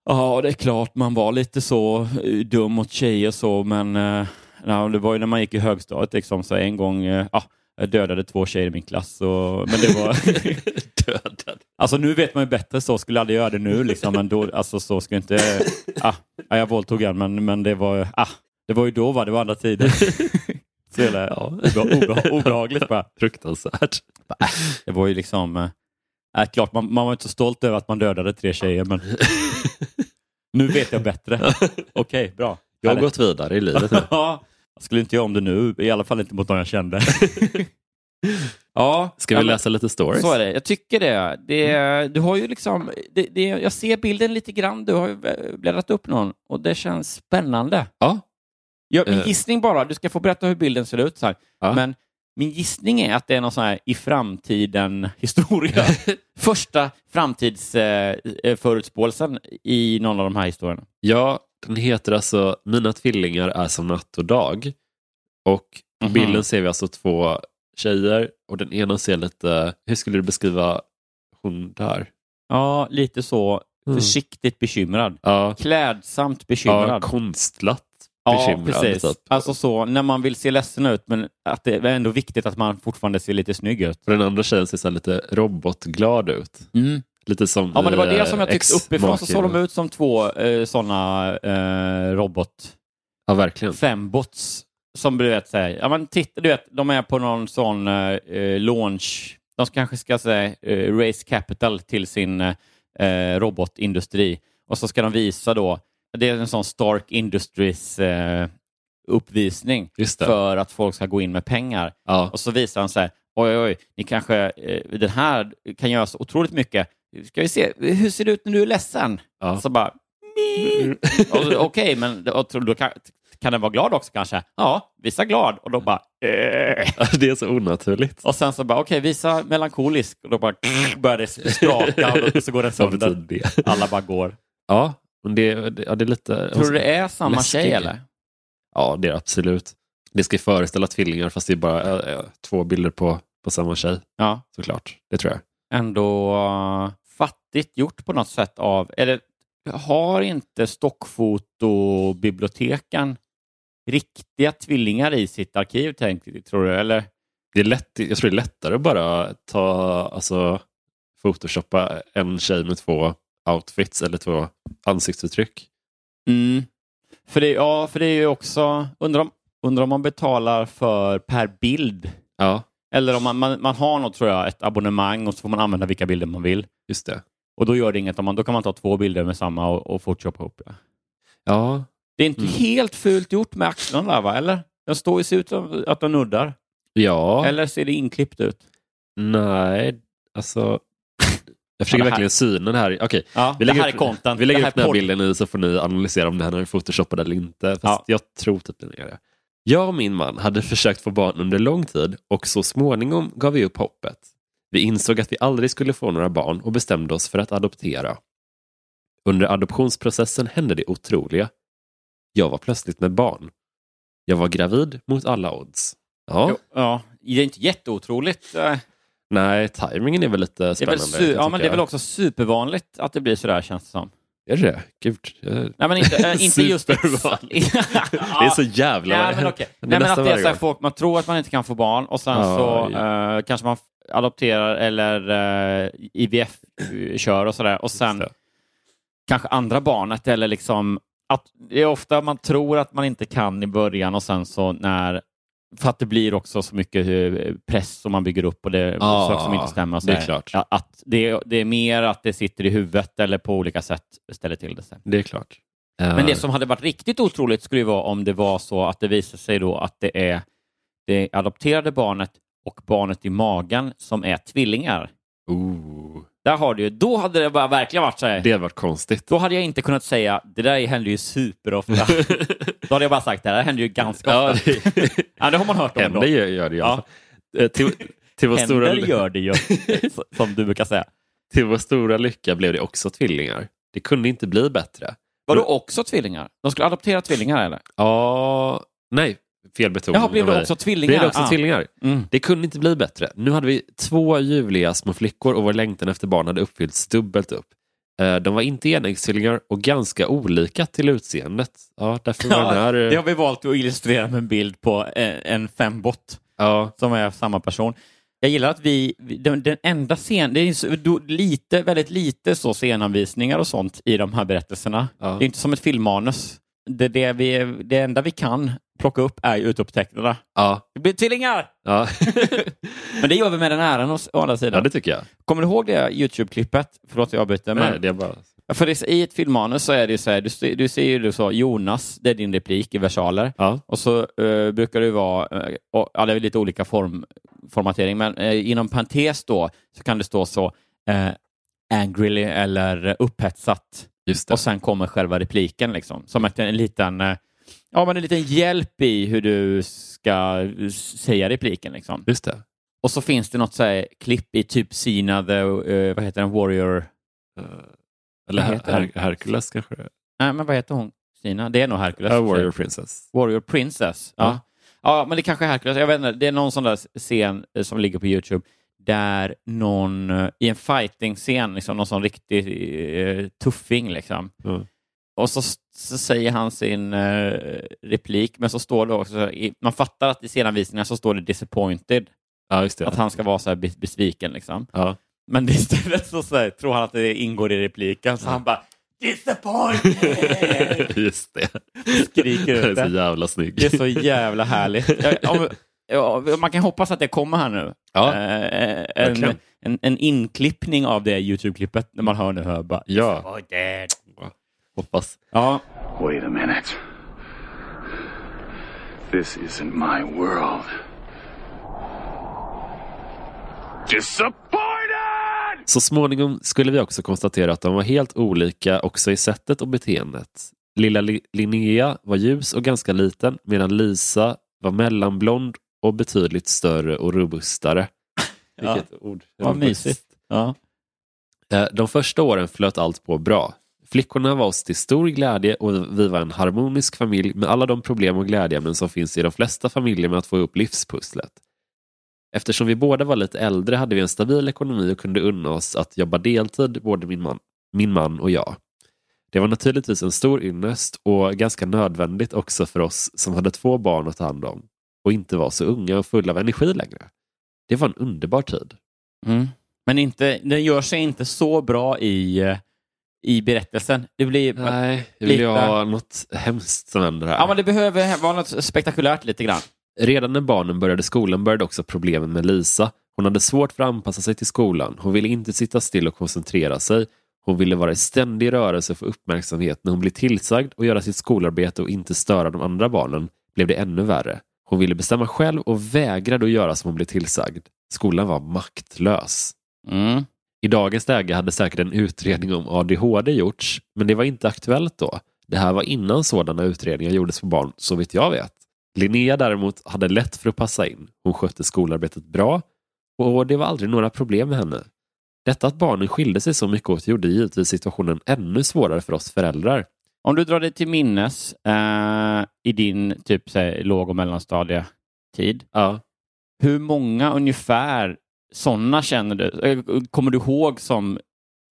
Ja, det är klart man var lite så eh, dum mot tjejer och så, men eh, ja, det var ju när man gick i högstadiet liksom, så en gång eh, ja, jag dödade två tjejer i min klass. Och, men det var, Dödad. alltså nu vet man ju bättre så, skulle aldrig göra det nu liksom, men då, alltså så skulle inte, ah, ja, jag våldtog en, men, men det var, ah, det var ju då va, det var andra tider. Så jävla Ja. obeha- obehagligt bara. Fruktansvärt. Det var ju liksom... eh, Äh, klart, man, man var inte så stolt över att man dödade tre tjejer, men nu vet jag bättre. Okej, bra. Jag har Härligt. gått vidare i livet nu. ja, jag skulle inte göra om det nu, i alla fall inte mot någon jag kände. ja, Ska ja, men- vi läsa lite stories? Så är det. Jag tycker det. Mm. det du har ju liksom... Det, det, jag ser bilden lite grann. Du har ju eh, bläddrat upp någon och det känns spännande. Ja. Ja, min Eh. gissning gissning bara, du ska få berätta hur bilden ser ut. Så Ja. Men min gissning är att det är någon sån här i framtiden historia. Första framtidsförutspåelsen i någon av de här historierna. Ja, den heter alltså Mina tvillingar är som natt och dag. Och på Mhm. bilden ser vi alltså två tjejer och den ena ser lite, hur skulle du beskriva hon där? Ja, lite så Mm. försiktigt bekymrad. Ja, Klädsamt bekymrad. ja konstlat Ja, bekymrad, precis. typ. Alltså så, när man vill se ledsen ut, men att det är ändå viktigt att man fortfarande ser lite snygg ut. Och den andra tjejen ser så här lite robotglad ut. Lite som Ja, men det var i, det eh, som jag tyckte Ex uppifrån, så såg de Machina. ut som två eh, sådana eh, robot... Ja, verkligen. fembots som du vet säger, ja men titta, du vet, de är på någon sån eh, launch, de kanske ska säga eh, raise capital till sin eh, robotindustri och så ska de visa då, det är en sån Stark Industries eh, uppvisning Just det. för att folk ska gå in med pengar. Ja. Och så visar han så här, oj, oj, oj, ni kanske, eh, den här kan göra så otroligt mycket. Ska vi se, hur ser det ut när du är ledsen? Ja. Så bara, "Mii." Och så, Okej, men då, tror du- då kan, kan den vara glad också kanske? Ja, visa glad. Och då bara, "Eh." Det är så onaturligt. och sen så bara, okej, visa melankolisk. Och då bara börjar det spraka och så går den Vad betyder sönder. det? Alla bara går. Ja, men det, det, ja, det är lite... Tror du det är samma Läskig. tjej eller? Ja, det är det absolut. Det ska ju föreställa tvillingar fast det är bara eh, eh, två bilder på, på samma tjej. Ja. Såklart, det tror jag. ändå eh, fattigt gjort på något sätt av, eller har inte stockfotobiblioteken riktiga tvillingar i sitt arkiv, tänkte, tror du? Eller? Det är lätt, jag tror det är lättare att bara ta, alltså, photoshoppa en tjej med två outfits eller två ansiktsuttryck. Mm. För, det, ja, för det är ju också, undrar om, undrar om man betalar för per bild, Ja, eller om man, man, man har något, tror jag, ett abonnemang och så får man använda vilka bilder man vill. just det. Och då gör det inget, om man, då kan man ta två bilder med samma och, och photoshoppa ihop. Ja. Ja, Det är inte Mm. helt fult gjort med axlarna där, va? eller? Den står ju ser ut som att den nuddar. ja Eller ser det inklippt ut? nej, alltså. Jag försöker Ja, det här- verkligen syna det här. Okej, Ja, vi det lägger här upp- är content. vi lägger det här upp den här är bilden i så får ni analysera om den här är photoshoppad eller inte. Fast Ja. jag tror typ den är det. Jag och min man hade försökt få barn under lång tid och så småningom gav vi upp hoppet. Vi insåg att vi aldrig skulle få några barn och bestämde oss för att adoptera. Under adoptionsprocessen hände det otroliga. Jag var plötsligt med barn. Jag var gravid mot alla odds. Ja, podd. Ja, det är inte jätteotroligt. Eh, nej, tajmingen är väl lite Det är väl, spännande. su- ja, tycker men det är jag. väl också supervanligt att det blir sådär känns det som. Är det? Gud. jag- Nej, men inte, eh, inte just Supervanligt. Det är så jävla... Nej, men okej. Nej, men nästan att det är varje så här, gång. folk, man tror att man inte kan få barn och sen Ja, så eh, kanske man f- adopterar eller eh, IVF-kör eh, och sådär. Och sen Just det. kanske andra barnet eller liksom att det är ofta man tror att man inte kan i början och sen så när för att det blir också så mycket eh, press som man bygger upp och det Ja, saker som inte stämmer. Och så det är där. klart. Ja, Att det, är- det är mer att det sitter i huvudet eller på olika sätt ställer till det sig. Det är klart. Eh, Men det som hade varit riktigt otroligt skulle ju vara om det var så att det visar sig då att det är det adopterade barnet och barnet i magen som är tvillingar. Ooh, Där har du ju, då hade det bara verkligen varit så här. det hade varit konstigt. Då hade jag inte kunnat säga, det där händer ju superofta. då hade jag bara sagt, det där händer ju ganska Ja, ofta. det Ja, det har man hört om händer då. ju- gör det ju. Ja. Eh, Till, till, vår stora, Händer gör det ju, som du brukar säga. till vår stora lycka blev det också tvillingar. Det kunde inte bli bättre. Var du också tvillingar? De skulle adoptera tvillingar eller? Ja, nej, fel betoning. Jaha, blev av det mig. också tvillingar? Blev det också Ah. tvillingar? Mm. Det kunde inte bli bättre. Nu hade vi två ljuvliga små flickor och vår längtan efter barn hade uppfyllts dubbelt upp. Eh, De var inte enäggstvillingar och ganska olika till utseendet. Ja, därför var den här... eh, det har vi valt att illustrera med en bild på eh, en fembot. Ja, som är samma person. Jag gillar att vi, vi- den, den enda scen, det är ju så- då lite, väldigt lite så scenanvisningar och sånt i de här berättelserna. Ja. Det är inte som ett filmmanus. Det, det, vi, det enda vi kan plocka upp är ju utropstecknarna. ja, Det blir tvillingar! ja. Men det gör vi med den äran å, å andra ja sidan. det tycker jag. Kommer du ihåg det Youtube-klippet? Förlåt jag avbryter. Men... Nej, det är bara... Ja, För det, i ett filmmanus så är det ju så här, du, ser- du ser ju det så, Jonas, det är din replik i versaler. Ja. Och så eh, brukar det ju vara, eh, och, ja det är väl lite olika form, formatering, men eh, inom parentes då så kan det stå så eh, angrily eller eh, upphetsat Just det. och sen kommer själva repliken liksom. Som att det är en liten, eh, ja men en liten hjälp i hur du ska eh, säga repliken liksom. Just det. Och så finns det något så här klipp i typ Sina, the, eh, vad heter den, Warrior Eller Vad Her- heter den? Her- Hercules kanske? det är. Nej, men vad heter hon? Stina? Det är nog Hercules. Ja, Warrior Princess. Warrior Princess. Ja. Ja. ja. men det kanske är Hercules. Jag vet inte. Det är någon sån där scen eh, som ligger på YouTube där någon eh, i en fighting-scen, liksom, någon sån riktig eh, tuffing, liksom, Mm. Och så, så säger han sin eh, replik, men så står det också, i, man fattar att i scenanvisningarna så står det disappointed, Ja, just det. att han ska vara så här be- besviken liksom. Ja. Men istället så, så här, tror han att det ingår i repliken, så han bara disappointed! Just det. Skriker ut Det det. är så jävla snygg. Det är så jävla härligt. Jag, om, ja, man kan hoppas att det kommer här nu. Ja, Eh, en, verkligen. en, en inklippning av det Youtube-klippet när man hör nu. Hör bara, Ja, "Oh, dad." hoppas. ja, Wait a minute. This isn't my world. Disappointed! Så småningom skulle vi också konstatera att de var helt olika också i sättet och beteendet. Lilla Li- Linnea var ljus och ganska liten medan Lisa var mellanblond och betydligt större och robustare. Ja. Vilket ord. vad mysigt. Ja. Eh, De första åren flöt allt på bra. Flickorna var oss till stor glädje och vi var en harmonisk familj med alla de problem och glädjeämnen som finns i de flesta familjer med att få ihop livspusslet. Eftersom vi båda var lite äldre hade vi en stabil ekonomi och kunde unna oss att jobba deltid, både min man, min man och jag. Det var naturligtvis en stor ynnest och ganska nödvändigt också för oss som hade två barn att ta hand om och inte var så unga och fulla av energi längre. Det var en underbar tid. Mm. Men inte, den gör sig inte så bra i, eh, i berättelsen. Det blir... Nej, jag vill ju Lite. ha något hemskt som händer här. Ja, men det behöver vara något spektakulärt lite grann. Redan när barnen började skolan började också problemen med Lisa. Hon hade svårt för att anpassa sig till skolan. Hon ville inte sitta still och koncentrera sig. Hon ville vara i ständig rörelse för uppmärksamhet. När hon blev tillsagd att göra sitt skolarbete och inte störa de andra barnen blev det ännu värre. Hon ville bestämma själv och vägrade att göra som hon blev tillsagd. Skolan var maktlös. Mm. I dagens läge hade säkert en utredning om ADHD gjorts, men det var inte aktuellt då. Det här var innan sådana utredningar gjordes på barn, så vitt jag vet. Linnea däremot hade lätt för att passa in. Hon skötte skolarbetet bra och det var aldrig några problem med henne. Detta att barnen skilde sig så mycket åt gjorde givetvis situationen ännu svårare för oss föräldrar. Om du drar dig till minnes eh, i din typ så här, låg och mellanstadietid, Ja, hur många ungefär sådana känner du? eh, Kommer du ihåg som...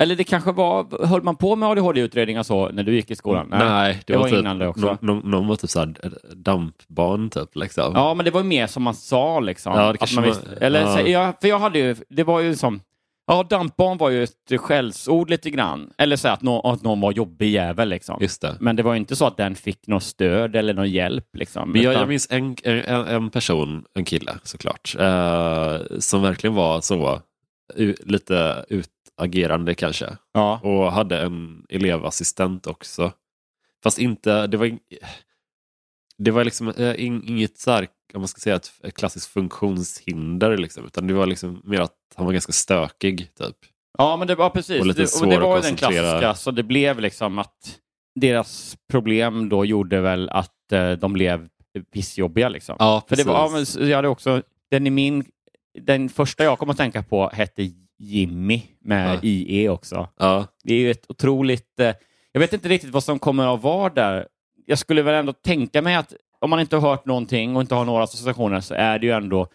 Eller det kanske var... Höll man på med ADHD-utredningar så när du gick i skolan? Eh, nej, det det, var, var typ, innan det också. Någon, någon, någon var typ såhär dampbarn typ. Liksom. Ja, men det var ju mer som man sa liksom. Ja, det att kanske man var- visste, eller, ja. så, ja, för jag hade ju, det var ju som, ja, dampbarn var ju ett skällsord lite grann. Eller så att, nå, att någon var jobbig jävel liksom. Just det. Men det var ju inte så att den fick något stöd eller någon hjälp liksom. Men jag, utan- jag minns en, en, en person, en kille såklart, eh, som verkligen var så u, lite utagerande kanske. ja. Och hade en elevassistent också. Fast inte, det var, ing- det var liksom eh, in, inget så här, om man ska säga ett, ett klassiskt funktionshinder. Liksom, utan det var liksom mer att han var ganska stökig. Typ. Ja, men det var precis. Och lite det, och svår det att var ju den koncentrera. klassiska, så det blev liksom att deras problem då gjorde väl att eh, de blev pissjobbiga. Liksom. Ja, För det var, ja, precis. men, s- jag hade också, den, i min, den första jag kom att tänka på hette Jimmy med Ja. IE också. Ja, Det är ju ett otroligt... Eh, jag vet inte riktigt vad som kommer att vara där. Jag skulle väl ändå tänka mig att om man inte har hört någonting och inte har några associationer så är det ju ändå...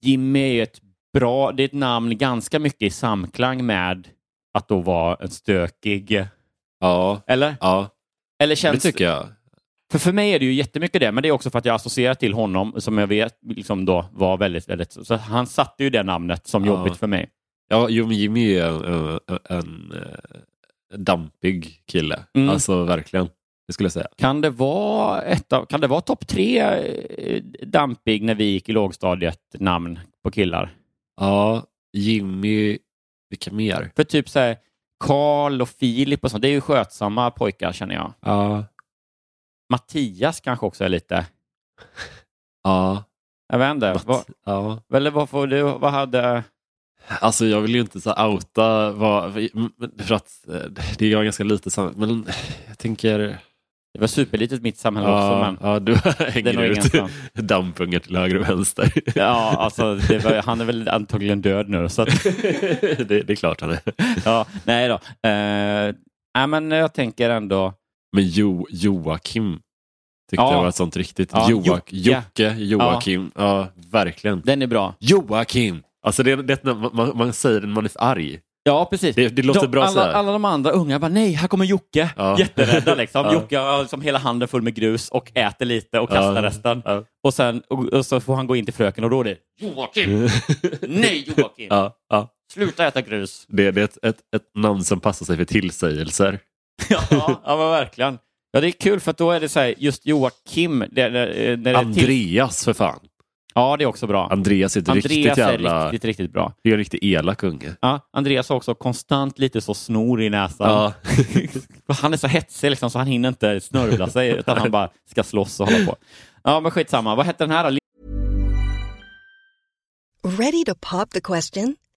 Jimmy är ju ett bra... Det är ett namn ganska mycket i samklang med att då vara en stökig... ja, Eller? ja. Eller det känns tycker jag. För, för mig är det ju jättemycket det, men det är också för att jag associerar till honom som jag vet liksom då var väldigt, väldigt... Så han satte ju det namnet som Ja. jobbigt för mig. Ja, jo, men Jimmy är en, en, en eh, dampig kille. Mm. Alltså verkligen. Det skulle jag säga. Kan det vara, ett av, kan det vara topp tre eh, dampig när vi gick i lågstadiet namn på killar? Ja, Jimmy. Vilka mer? För typ så här Karl och Filip och sånt, det är ju skötsamma pojkar känner jag. Ja. Mattias kanske också är lite, Ja. jag vet inte. Matt- Vad, ja. eller vad får du, vad hade, Alltså jag vill ju inte så outa vad, för att eh, det är jag ganska lite sam- men jag tänker... det var superlitet mitt samhälle också Ja, men. ja, du Det är hänger nog ut ingen dampungar till höger och vänster. Ja, alltså det var, han är väl antagligen död nu. Så att, det, det är klart han är. ja, nej då. Eh, nej, men jag tänker ändå, Men jo, Joakim tyckte Ja. jag var ett sånt riktigt. Ja, Joak, Jocke. Jocke, Joakim. Ja. verkligen. den är bra. Joakim! Alltså det, är- det, är ett namn- man, man säger det när man är arg. Ja, precis. Det- det låter de, bra så alla, här. alla de andra unga bara, nej, här kommer Jocke. Ja. Jätterädda liksom. Ja. Jocke har liksom hela handen full med grus och äter lite och kastar Ja. resten. Ja. Och, sen, och, och så får han gå in till fröken och då är det Joakim! nej Joakim! Ja, ja. Sluta äta grus! Det, det är ett, ett, ett namn som passar sig för tillsägelser. ja, ja, men verkligen. Ja, det är kul för att då är det så här, just Joakim. Det, det, det, det är till- Andreas för fan. Ja, det är också bra. Andreas är ett Andreas riktigt är jävla... riktigt, riktigt bra. Det är en riktigt elak unge. Ja, Andreas har också konstant lite så snor i näsan. Ja. För han är så hetsig liksom, så han hinner inte snörvla sig utan han bara ska slåss och hålla på. Ja, men skitsamma. Vad hette den här? då? Ready to pop the question?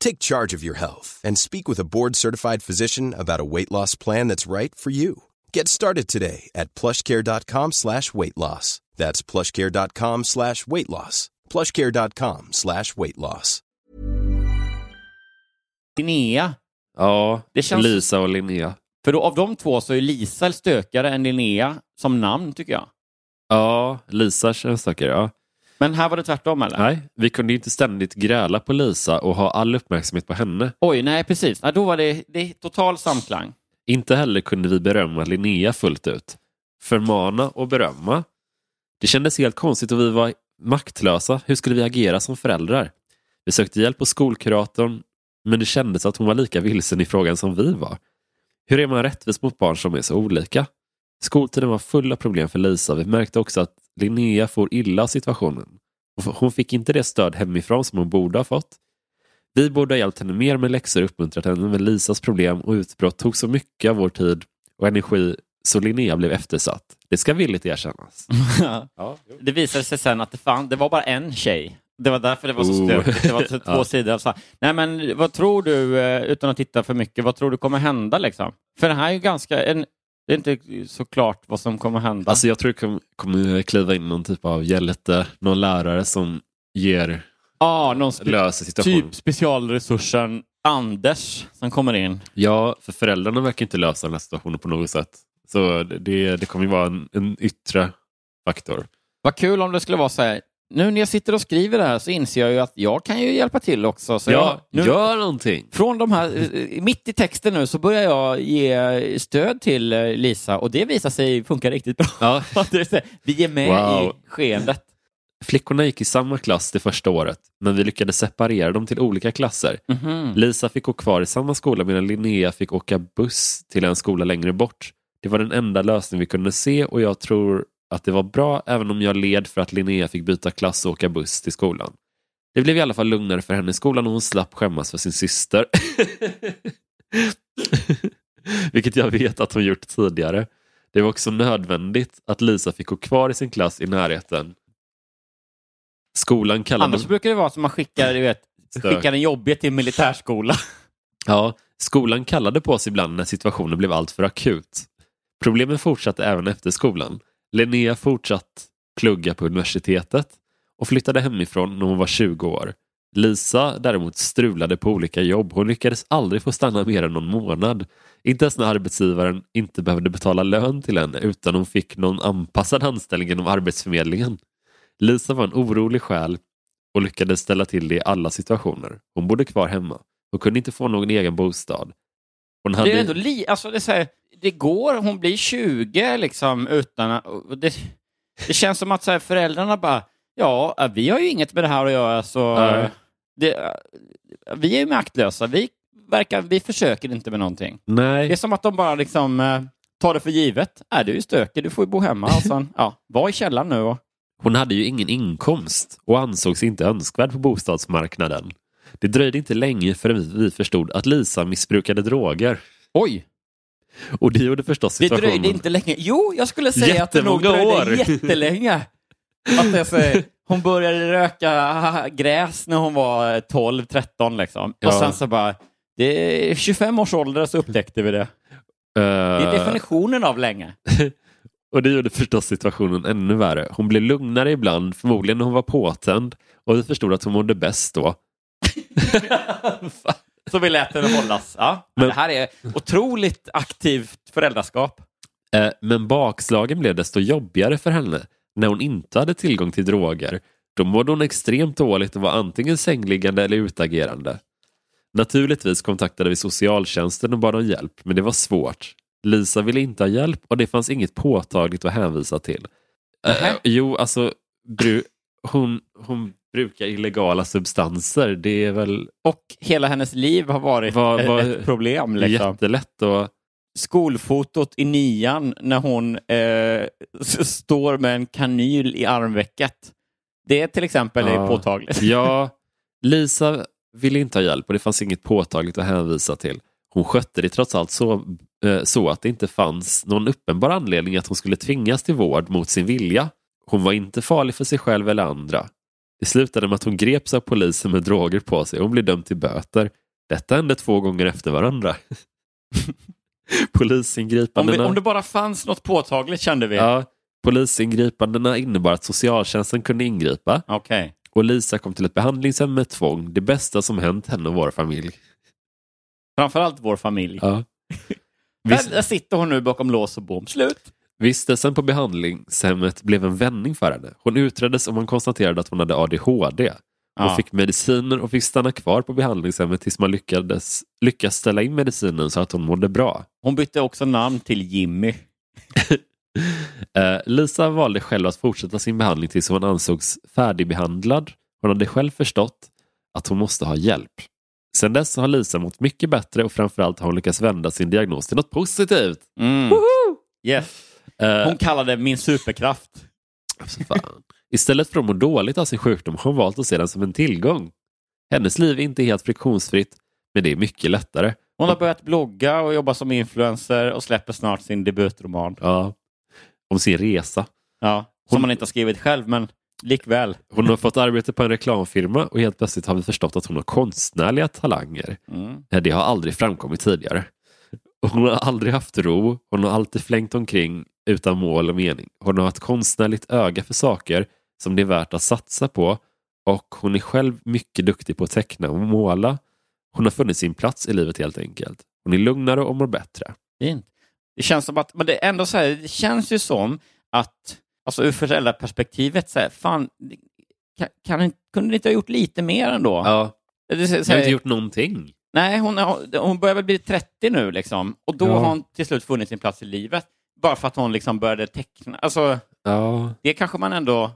Take charge of your health and speak with a board-certified physician about a weight loss plan that's right for you. Get started today at plushcare.com slash weight loss. That's plushcare.com slash weight loss. plushcare.com slash weight loss. Linnea. Ja, Det känns- Lisa och Linnea. För då, av de två så är Lisa stökigare än Linnea som namn, tycker jag. Ja, Lisa känns stökigare. Ja. Men här var det tvärtom, eller? Nej, vi kunde ju inte ständigt gräla på Lisa och ha all uppmärksamhet på henne. Oj, nej, precis. Ja, då var det, det är total samklang. Inte heller kunde vi berömma Linnea fullt ut. Förmana och berömma. Det kändes helt konstigt och vi var maktlösa. Hur skulle vi agera som föräldrar? Vi sökte hjälp hos skolkuratorn, men det kändes att hon var lika vilsen i frågan som vi var. Hur är man rättvis mot barn som är så olika? Skoltiden var full av problem för Lisa. Vi märkte också att Linnea får illa av situationen. Hon fick inte det stöd hemifrån som hon borde ha fått. Vi borde ha hjälpt henne mer med läxor och uppmuntrat henne, men Lisas problem och utbrott tog så mycket av vår tid och energi så Linnea blev eftersatt. Det ska villigt erkännas. Mm. Det visade sig sen att det, fan, det var bara en tjej. Det var därför det var så Oh. stökigt. Det var så två Ja. sidor. av så här. Nej, men vad tror du, eh, utan att titta för mycket, vad tror du kommer hända? Liksom? För det här är ju ganska... En, det är inte så klart vad som kommer hända. Alltså jag tror det kom- kommer kliva in någon typ av hjälte, någon lärare som ger, ah, någon spe- löser situationen. typ specialresursen Anders som kommer in. Ja, för föräldrarna verkar inte lösa den här situationen på något sätt. Så det, det kommer ju vara en, en yttre faktor. Vad kul om det skulle vara så här. Nu när jag sitter och skriver det här så inser jag ju att jag kan ju hjälpa till också. Så ja, jag, nu, gör någonting! Från de här, eh, mitt i texten nu så börjar jag ge stöd till eh, Lisa och det visar sig funka riktigt bra. Ja. Det vill säga, Vi är med Wow. i skeendet. Flickorna gick i samma klass det första året, men vi lyckades separera dem till olika klasser. Mm-hmm. Lisa fick gå kvar i samma skola medan Linnea fick åka buss till en skola längre bort. Det var den enda lösning vi kunde se och jag tror att det var bra även om jag led för att Linnea fick byta klass och åka buss till skolan. Det blev i alla fall lugnare för henne i skolan och hon slapp skämmas för sin syster. Vilket jag vet att hon gjort tidigare. Det var också nödvändigt att Lisa fick gå kvar i sin klass i närheten. Skolan kallade... Annars brukar det vara som man skickar, du vet, Stök. skickar en jobbig till militärskola. Ja, Skolan kallade på oss ibland när situationen blev alltför akut. Problemen fortsatte även efter skolan. Linnea fortsatt plugga på universitetet och flyttade hemifrån när hon var 20 år. Lisa däremot strulade på olika jobb. Hon lyckades aldrig få stanna mer än någon månad. Inte ens när arbetsgivaren inte behövde betala lön till henne utan hon fick någon anpassad anställning genom Arbetsförmedlingen. Lisa var en orolig själ och lyckades ställa till det i alla situationer. Hon bodde kvar hemma. Hon kunde inte få någon egen bostad. Hon Det är ändå li... Alltså, det, är så här, det går, hon blir 20 liksom utan att- och det, det känns som att så här, föräldrarna bara, ja, äh, vi har ju inget med det här att göra så... Nej. Det, äh, vi är ju maktlösa, vi, verkar, vi försöker inte med någonting. Det är Nej, som att de bara liksom eh, tar det för givet. Äh, du är ju stökig, du får ju bo hemma. Och sen, ja, var i källaren nu och... hon hade ju ingen inkomst och ansågs inte önskvärd på bostadsmarknaden. Det dröjde inte länge förrän vi- vi förstod att Lisa missbrukade droger. Oj! Och det gjorde förstås Det situationen... dröjde inte länge. Jo, jag skulle säga att det nog Jättemånga dröjde år. jättelänge. Att det, är så, hon började röka gräs när hon var 12-13 liksom. Ja. Och sen så bara, det är 25 års ålder så upptäckte vi det. Det är Eh, definitionen av länge. Och det gjorde förstås situationen ännu värre. Hon blev lugnare ibland, förmodligen när hon var påtänd. Och vi förstod att hon mådde bäst då. Så vi lät henne hållas. Ja. Men- Det här är otroligt aktivt föräldraskap. Eh, Men bakslagen blev desto jobbigare för henne när hon inte hade tillgång till droger. Då mådde hon extremt dåligt och var antingen sängliggande eller utagerande. Naturligtvis kontaktade vi socialtjänsten och bad om hjälp, men det var svårt. Lisa ville inte ha hjälp och det fanns inget påtagligt att hänvisa till. Eh, jo, alltså, bru- hon, hon brukar illegala substanser. Det är väl Och hela hennes liv har varit Vad- vad- ett problem. Liksom. jättelätt att... skolfotot i nian när hon eh, s- står med en kanyl i armvecket. Det till exempel är Ja. påtagligt. Ja, Lisa ville inte ha hjälp och det fanns inget påtagligt att hänvisa till. Hon skötte det trots allt så, eh, så att det inte fanns någon uppenbar anledning att hon skulle tvingas till vård mot sin vilja. Hon var inte farlig för sig själv eller andra. Det slutade med att hon greps av polisen med droger på sig och hon blev dömd till böter. Detta hände två gånger efter varandra. Om, vi, Polisingripandena... om det bara fanns något påtagligt kände vi. ja, polisingripandena innebar att socialtjänsten kunde ingripa Okej. och Lisa kom till ett behandlingshem med tvång, det bästa som hänt henne och vår familj. Framförallt vår familj. Ja. Där, Vis- där sitter hon nu bakom lås och bom. Slut. vistelsen på behandlingshemmet blev en vändning för henne. Hon utreddes och man konstaterade att hon hade ADHD. Hon Ja. fick mediciner och fick stanna kvar på behandlingshemmet tills man lyckades, lyckas ställa in medicinen så att hon mådde bra. Hon bytte också namn till Jimmy. Eh, Lisa valde själv att fortsätta sin behandling tills hon ansågs färdigbehandlad. Hon hade själv förstått att hon måste ha hjälp. Sen dess har Lisa mått mycket bättre och framförallt har hon lyckats vända sin diagnos till något positivt. Mm. Yes. Eh, Hon kallade det min superkraft. Så fan. Istället för att må dåligt av sin sjukdom har hon valt att se den som en tillgång. Hennes liv är inte helt friktionsfritt, men det är mycket lättare. Hon har börjat blogga och jobba som influencer och släpper snart sin debutroman. Ja. Om sin resa. Ja. Som Hon- hon inte har skrivit själv, men likväl. Hon har fått arbete på en reklamfirma och helt plötsligt har vi förstått att hon har konstnärliga talanger. Mm. Nej, Det har aldrig framkommit tidigare. Hon har aldrig haft ro, hon har alltid flängt omkring utan mål och mening. Hon har ett konstnärligt öga för saker som det är värt att satsa på och hon är själv mycket duktig på att teckna och måla. Hon har funnit sin plats i livet helt enkelt. Hon är lugnare och mår bättre. Fint. Det känns som att, men det är ändå så här, det känns ju som att, alltså ur föräldraperspektivet, så här, fan, kan, kan, kunde ni inte ha gjort lite mer ändå? Ja, Det är så- så jag har här- inte gjort någonting. Nej, hon, har- hon börjar väl bli 30 nu liksom, och då Ja. har hon till slut funnit sin plats i livet. Bara för att hon liksom började teckna. Alltså, Ja, det kanske man ändå...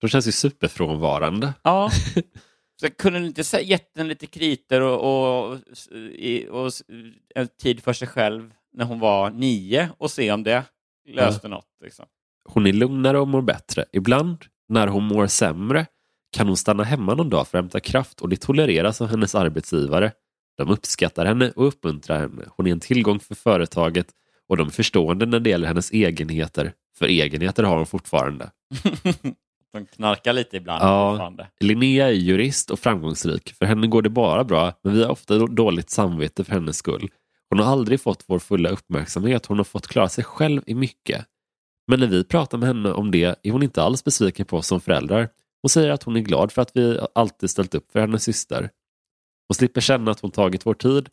de känns ju superfrånvarande. Ja. Så kunde ni inte sä- gett henne lite kriter och, och, och, i- och s- en tid för sig själv när hon var nio och se om det löste något? Liksom. Hon är lugnare och mår bättre. Ibland, när hon mår sämre, kan hon stanna hemma någon dag för att hämta kraft och det tolereras av hennes arbetsgivare. De uppskattar henne och uppmuntrar henne. Hon är en tillgång för företaget och de är förstående när det gäller hennes egenheter. För egenheter har hon fortfarande. De knarkar lite ibland. Ja. fortfarande. Linnea är jurist och framgångsrik. För henne går det bara bra, men vi har ofta då- dåligt samvete för hennes skull. Hon har aldrig fått vår fulla uppmärksamhet. Hon har fått klara sig själv i mycket. Men när vi pratar med henne om det är hon inte alls besviken på oss som föräldrar. Hon säger att hon är glad för att vi alltid ställt upp för hennes syster. Hon slipper känna att hon tagit vår tid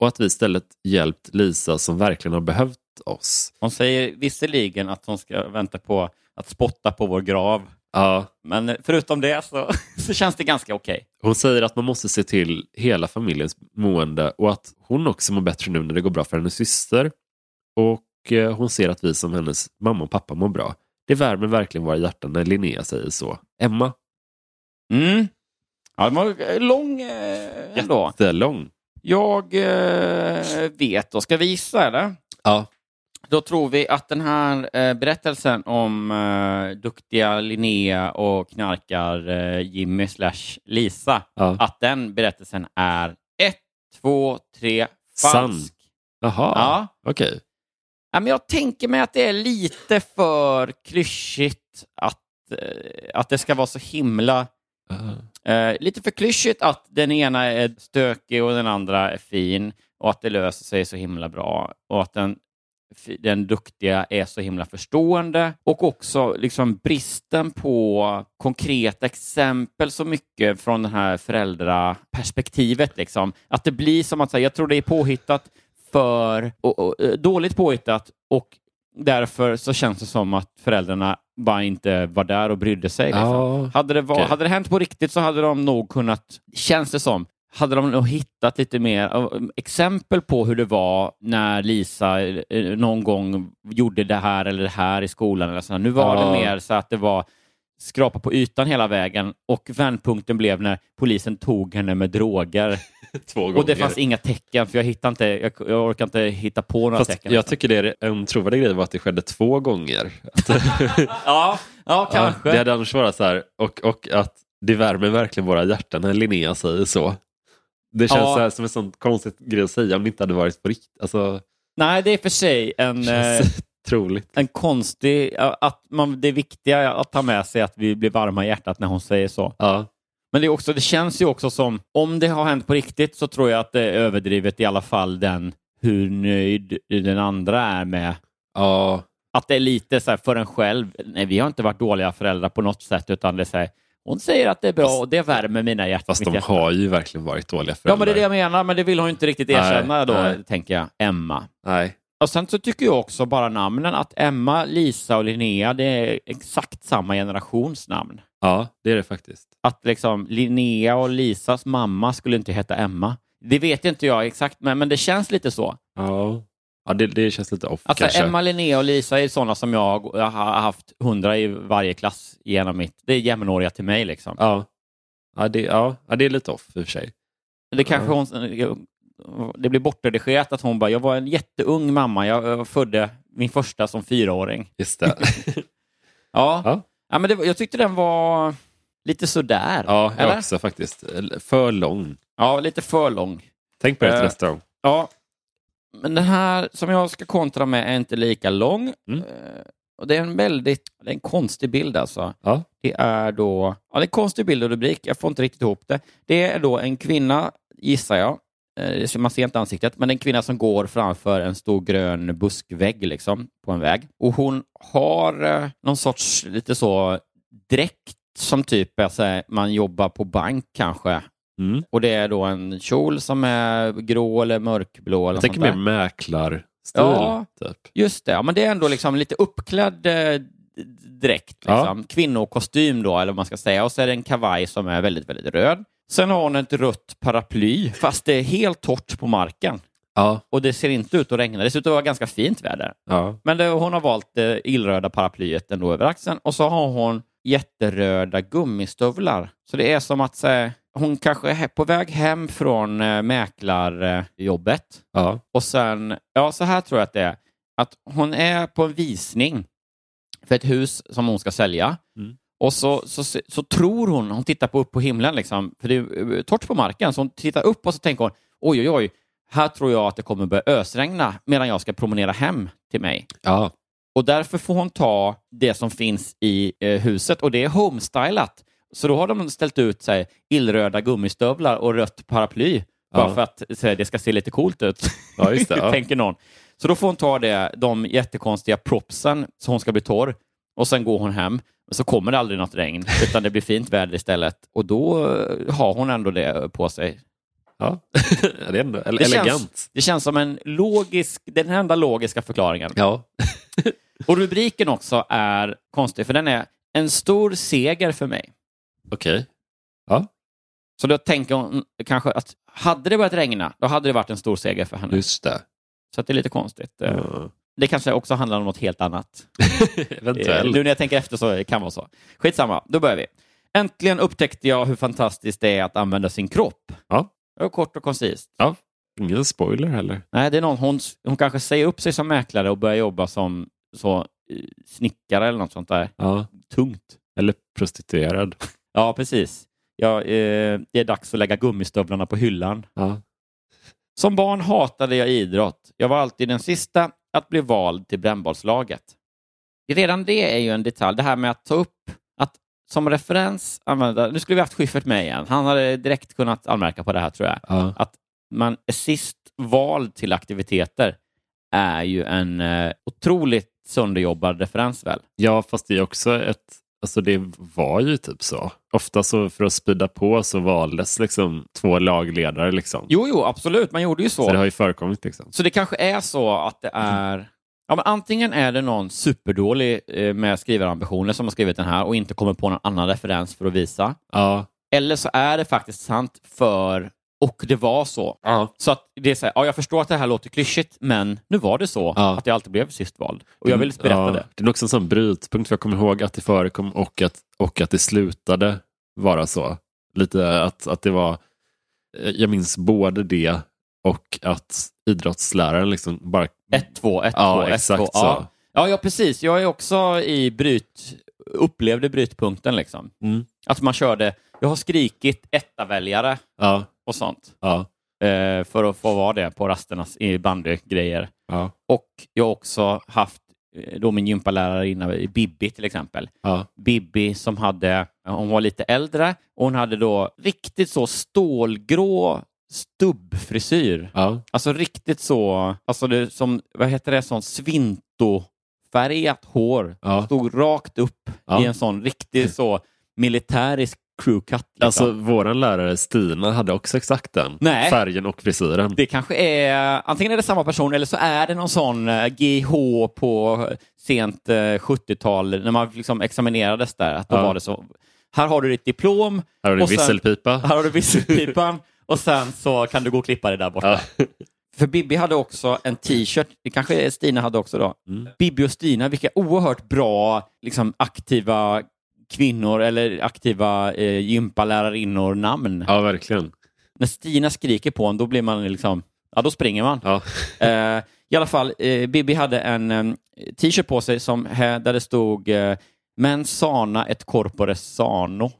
och att vi istället hjälpt Lisa som verkligen har behövt oss. Hon säger visserligen att hon ska vänta på att spotta på vår grav. Ja, Men förutom det så, så känns det ganska okej. Hon säger att man måste se till hela familjens mående och att hon också mår bättre nu när det går bra för hennes syster. Och eh, hon ser att vi som hennes mamma och pappa mår bra. Det värmer verkligen våra hjärtan när Linnea säger så. Emma, Mm. Ja, det var lång eh, ändå. det är lång. Jag eh, vet då. Ska vi gissa eller? Ja. Då tror vi att den här eh, berättelsen om eh, duktiga Linnea och knarkar eh, Jimmy slash Lisa, Ja. att den berättelsen är ett, två, tre, falsk. Sann. Jaha, Ja. okej. Ja, men jag tänker mig att det är lite för klyschigt att, eh, att det ska vara så himla... Ah. Eh, lite för klyschigt att den ena är stökig och den andra är fin och att det löser sig så himla bra och att den, fi- den duktiga är så himla förstående och också liksom bristen på konkreta exempel så mycket från det här föräldraperspektivet. Liksom. Att det blir som att säga, jag tror det är påhittat för och, och, eh, dåligt påhittat och därför så känns det som att föräldrarna bara inte var där och brydde sig. Liksom. Ja. Hade det, var, Okej. hade det hänt på riktigt så hade de nog kunnat, känns det som, hade de nog hittat lite mer eh, exempel på hur det var när Lisa eh, någon gång gjorde det här eller det här i skolan. Eller så. Nu var Ja. det mer så att det var skrapa på ytan hela vägen och vändpunkten blev när polisen tog henne med droger. Två gånger. och det fanns inga tecken, för jag, hittade inte, jag, jag orkar inte hitta på några Fast tecken. alltså. liksom. jag tycker det är en trovärdig grej var att det skedde två gånger. ja, ja, kanske. Ja, det hade annars varit så här, och, och att det värmer verkligen våra hjärtan när Linnea säger så. Det känns Ja. så här som en sån konstig grej att säga om det inte hade varit på riktigt. Alltså, Nej, det är för sig en... det eh, känns otroligt. en konstig... Att man, det viktiga är att ta med sig att vi blir varma i hjärtat när hon säger så. Ja. Men det, är också, det känns ju också som, om det har hänt på riktigt så tror jag att det är överdrivet i alla fall den hur nöjd den andra är med Ja. att det är lite så här för en själv. Nej, vi har inte varit dåliga föräldrar på något sätt, utan det är så här, hon säger att det är bra och det värmer mina hjärtan. Fast mitt de hjärta. har ju verkligen varit dåliga Ja, föräldrar. men det är det jag menar, men det vill hon ju inte riktigt erkänna Nej, då, nej. tänker jag, Emma. Nej. Och sen så tycker jag också bara namnen, att Emma, Lisa och Linnea, det är exakt samma generations namn. Ja, det är det faktiskt. Att liksom Linnea och Lisas mamma skulle inte heta Emma. Det vet inte jag exakt, men, men det känns lite så. Ja, ja det, det känns lite off Att så här, kanske. Alltså, Emma, Linnea och Lisa är sådana som jag jag har haft hundra i varje klass genom mitt... Det är jämnåriga till mig liksom. Ja. Ja, det, ja, ja, det är lite off i och för sig. Det kanske hon... Det blir bortredigerat att hon bara, jag var en jätteung mamma, jag jag födde min första som fyraåring. Just det. Ja. Ja. ja. men det, var- jag tyckte den var lite sådär. ja, jag eller? också faktiskt. För lång. Ja, lite för lång. Tänk på det till Eh, nästa gång. Ja. Men den här som jag ska kontra med är inte lika lång. Mm. Eh, Och det är en väldigt det är en konstig bild alltså. Ja. Det är då... Ja, det är en konstig bild och rubrik. Jag får inte riktigt ihop det. Det är då en kvinna, gissar jag. Eh, så Man ser inte ansiktet, men det är en kvinna som går framför en stor grön buskvägg liksom, på en väg. Och hon har eh, någon sorts lite så dräkt som typ är så här, man jobbar på bank kanske. Mm. Och det är då en kjol som är grå eller mörkblå. Eller Jag något tänker sånt där. mer mäklarstil. Ja. Typ. Just det, ja, men det är ändå liksom lite uppklädd eh, dräkt. Liksom. Kvinnokostym då, eller vad man ska säga. Och så är det en kavaj som är väldigt, väldigt röd. Sen har hon ett rött paraply, fast det är helt torrt på marken. Ja. Och det ser inte ut att regna. Det ser ut att vara ganska fint väder. ja. Men det, hon har valt det illröda paraplyet ändå över axeln. Och så har hon jätteröda gummistövlar. Så det är som att eh, hon kanske är he- på väg hem från eh, mäklarjobbet. ja. Och sen, ja så här tror jag att det är. Att hon är på en visning för ett hus som hon ska sälja. Mm. Och så, så, så, tror hon, hon tittar på, upp på himlen liksom, för det är eh, torrt på marken, så hon tittar upp och så tänker hon oj, oj, oj, här tror jag att det kommer börja ösregna medan jag ska promenera hem till mig. Ja, Och därför får hon ta det som finns i eh, huset och det är homestylat. Så då har de ställt ut så här, illröda gummistövlar och rött paraply bara Ja. för att så här, det ska se lite coolt ut, Ja, just det, ja. tänker någon. Så då får hon ta det, de jättekonstiga propsen så hon ska bli torr och sen går hon hem. Men så kommer det aldrig något regn utan det blir fint väder istället och då eh, har hon ändå det på sig. Ja. det är ändå ele- Det elegant. Känns, det känns som en logisk, den enda logiska förklaringen. Ja. Och rubriken också är konstig, för den är en stor seger för mig. Okej. Så då tänker hon kanske att hade det börjat regna, då hade det varit en stor seger för henne. Just det. Så att det är lite konstigt. Eh, Ja. Det kanske också handlar om något helt annat. Eh, Eventuellt. Nu när jag tänker efter så kan det vara så. Skitsamma, då börjar vi. Äntligen upptäckte jag hur fantastiskt det är att använda sin kropp. Ja. Det var Kort och koncist. Ja. Ingen spoiler heller. Nej, det är någon, hon, hon kanske säger upp sig som mäklare och börjar jobba som så, eh, snickare eller något sånt där. Ja. Tungt. Eller prostituerad. Ja, precis. Ja, eh, det är dags att lägga gummistövlarna på hyllan. Ja. Som barn hatade jag idrott. Jag var alltid den sista att bli vald till brännbollslaget. Redan det är ju en detalj, det här med att ta upp, att som referens använda, nu skulle vi haft Schyffert med igen, han hade direkt kunnat anmärka på det här tror jag. Ja. Att man är sist vald till aktiviteter är ju en eh, otroligt sönderjobbad referens väl? ja, fast det är också ett... Alltså det var ju typ så. Ofta så för att spida på så valdes liksom två lagledare liksom. Jo, jo, absolut, man gjorde ju så. Så det har ju förekommit liksom. Så det kanske är så att det Mm. är... Ja, men antingen är det någon superdålig eh, med skrivarambitioner som har skrivit den här och inte kommer på någon annan referens för att visa. Ja. Eller så är det faktiskt sant för och det var så. Ja. Så att det är så här, ja, jag förstår att det här låter klyschigt, men nu var det så Ja. Mm. att jag alltid blev sist vald. Och jag vill berätta Ja, det. Det är också en sån brytpunkt. För jag kommer ihåg att det förekom och att, och att det slutade vara så. Lite att, att det var... eh, Jag minns både det och att idrottsläraren liksom bara... 1-2, 1-2, Ja, 1-2. exakt ja. så. Ja, ja, precis. Jag är också i bryt, upplevde brytpunkten liksom. Mm. Att man körde, jag har skrikit etta-väljare Ja, och sånt. ja, eh, för att få vara det på rasternas i bandygrejer. ja, Och jag har också haft eh, då min gympalärare innan, i Bibi till exempel. ja. Bibi som hade, hon var lite äldre och hon hade då riktigt så stålgrå stubbfrisyr. ja. Alltså riktigt så, alltså det, som, vad heter det, sån svintofärgat hår. Ja. Stod rakt upp Ja. i en sån riktig så militärisk crewcut. Liksom. Alltså våran lärare Stina hade också exakt den. Nej. Färgen och frisyren. Det kanske är, antingen är det samma person eller så är det någon sån eh, GH på sent eh, 70-tal när man liksom examinerades där. Att då Ja. var det så. Här har du ditt diplom. Här har du och sen- visselpipa. Här har du visselpipan och sen så kan du gå och klippa dig där borta. Ja. För Bibi hade också en t-shirt, det kanske Stina hade också då. Mm. Bibi och Stina, vilka oerhört bra liksom, aktiva kvinnor eller aktiva eh, gympalärarinnor namn. Ja, verkligen. När Stina skriker på en, då blir man liksom, ja då springer man. Ja. Eh, I alla fall, eh, Bibi hade en em, t-shirt på sig som, här- där det stod eh, Men sana ett corpore sano,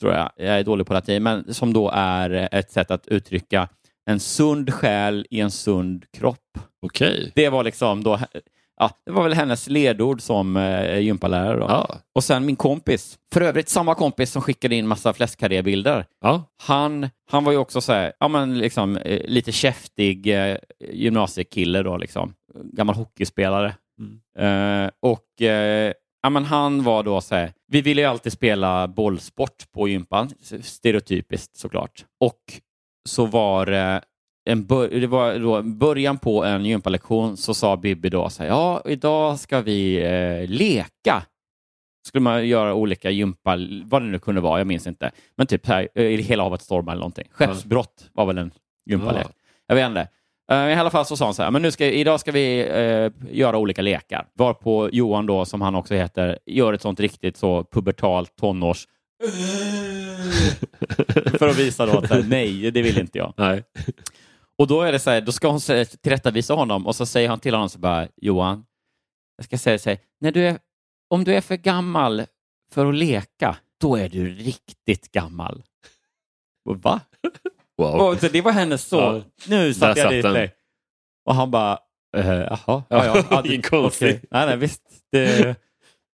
tror jag. Jag är dålig på latin, men som då är eh, ett sätt att uttrycka en sund själ i en sund kropp. Okej. Det var liksom då, ja, det var väl hennes ledord som eh, gympalärare. Då. Ja. Och sen min kompis, för övrigt samma kompis som skickade in massa fläskkarrébilder. Ja. Han, han var ju också så här, ja, men liksom, eh, lite käftig eh, gymnasiekille, då, liksom. gammal hockeyspelare. Mm. Eh, och eh, ja, men han var då så här, vi ville ju alltid spela bollsport på gympan, stereotypiskt såklart. Och så var eh, det en bör- det var då början på en gympalektion så sa Bibi då så här, ja idag ska vi eh, leka skulle man göra olika gympa, vad det nu kunde vara, jag minns inte. Men typ så här, eh, i hela havet stormar eller någonting. Skeppsbrott var väl en gympalek. Ja. Jag vet inte. Eh, I alla fall så sa han så här, men nu ska, idag ska vi eh, göra olika lekar. Varpå Johan då, som han också heter, gör ett sånt riktigt så pubertalt tonårs... För att visa då att så här, nej, det vill inte jag. Nej. Och då är det så här, då ska hon säga- tillrättavisa honom och så säger han till honom så bara, Johan, jag ska säga så här, när du är, om du är för gammal för att leka, då är du riktigt gammal. Och va? Wow. Och så det var hennes så, Ja. nu Där satte jag satt dit den. dig. Och han bara, Eh, Jaha, ja, ja. ja Inget konstigt. okej. Nej, nej, visst. Det,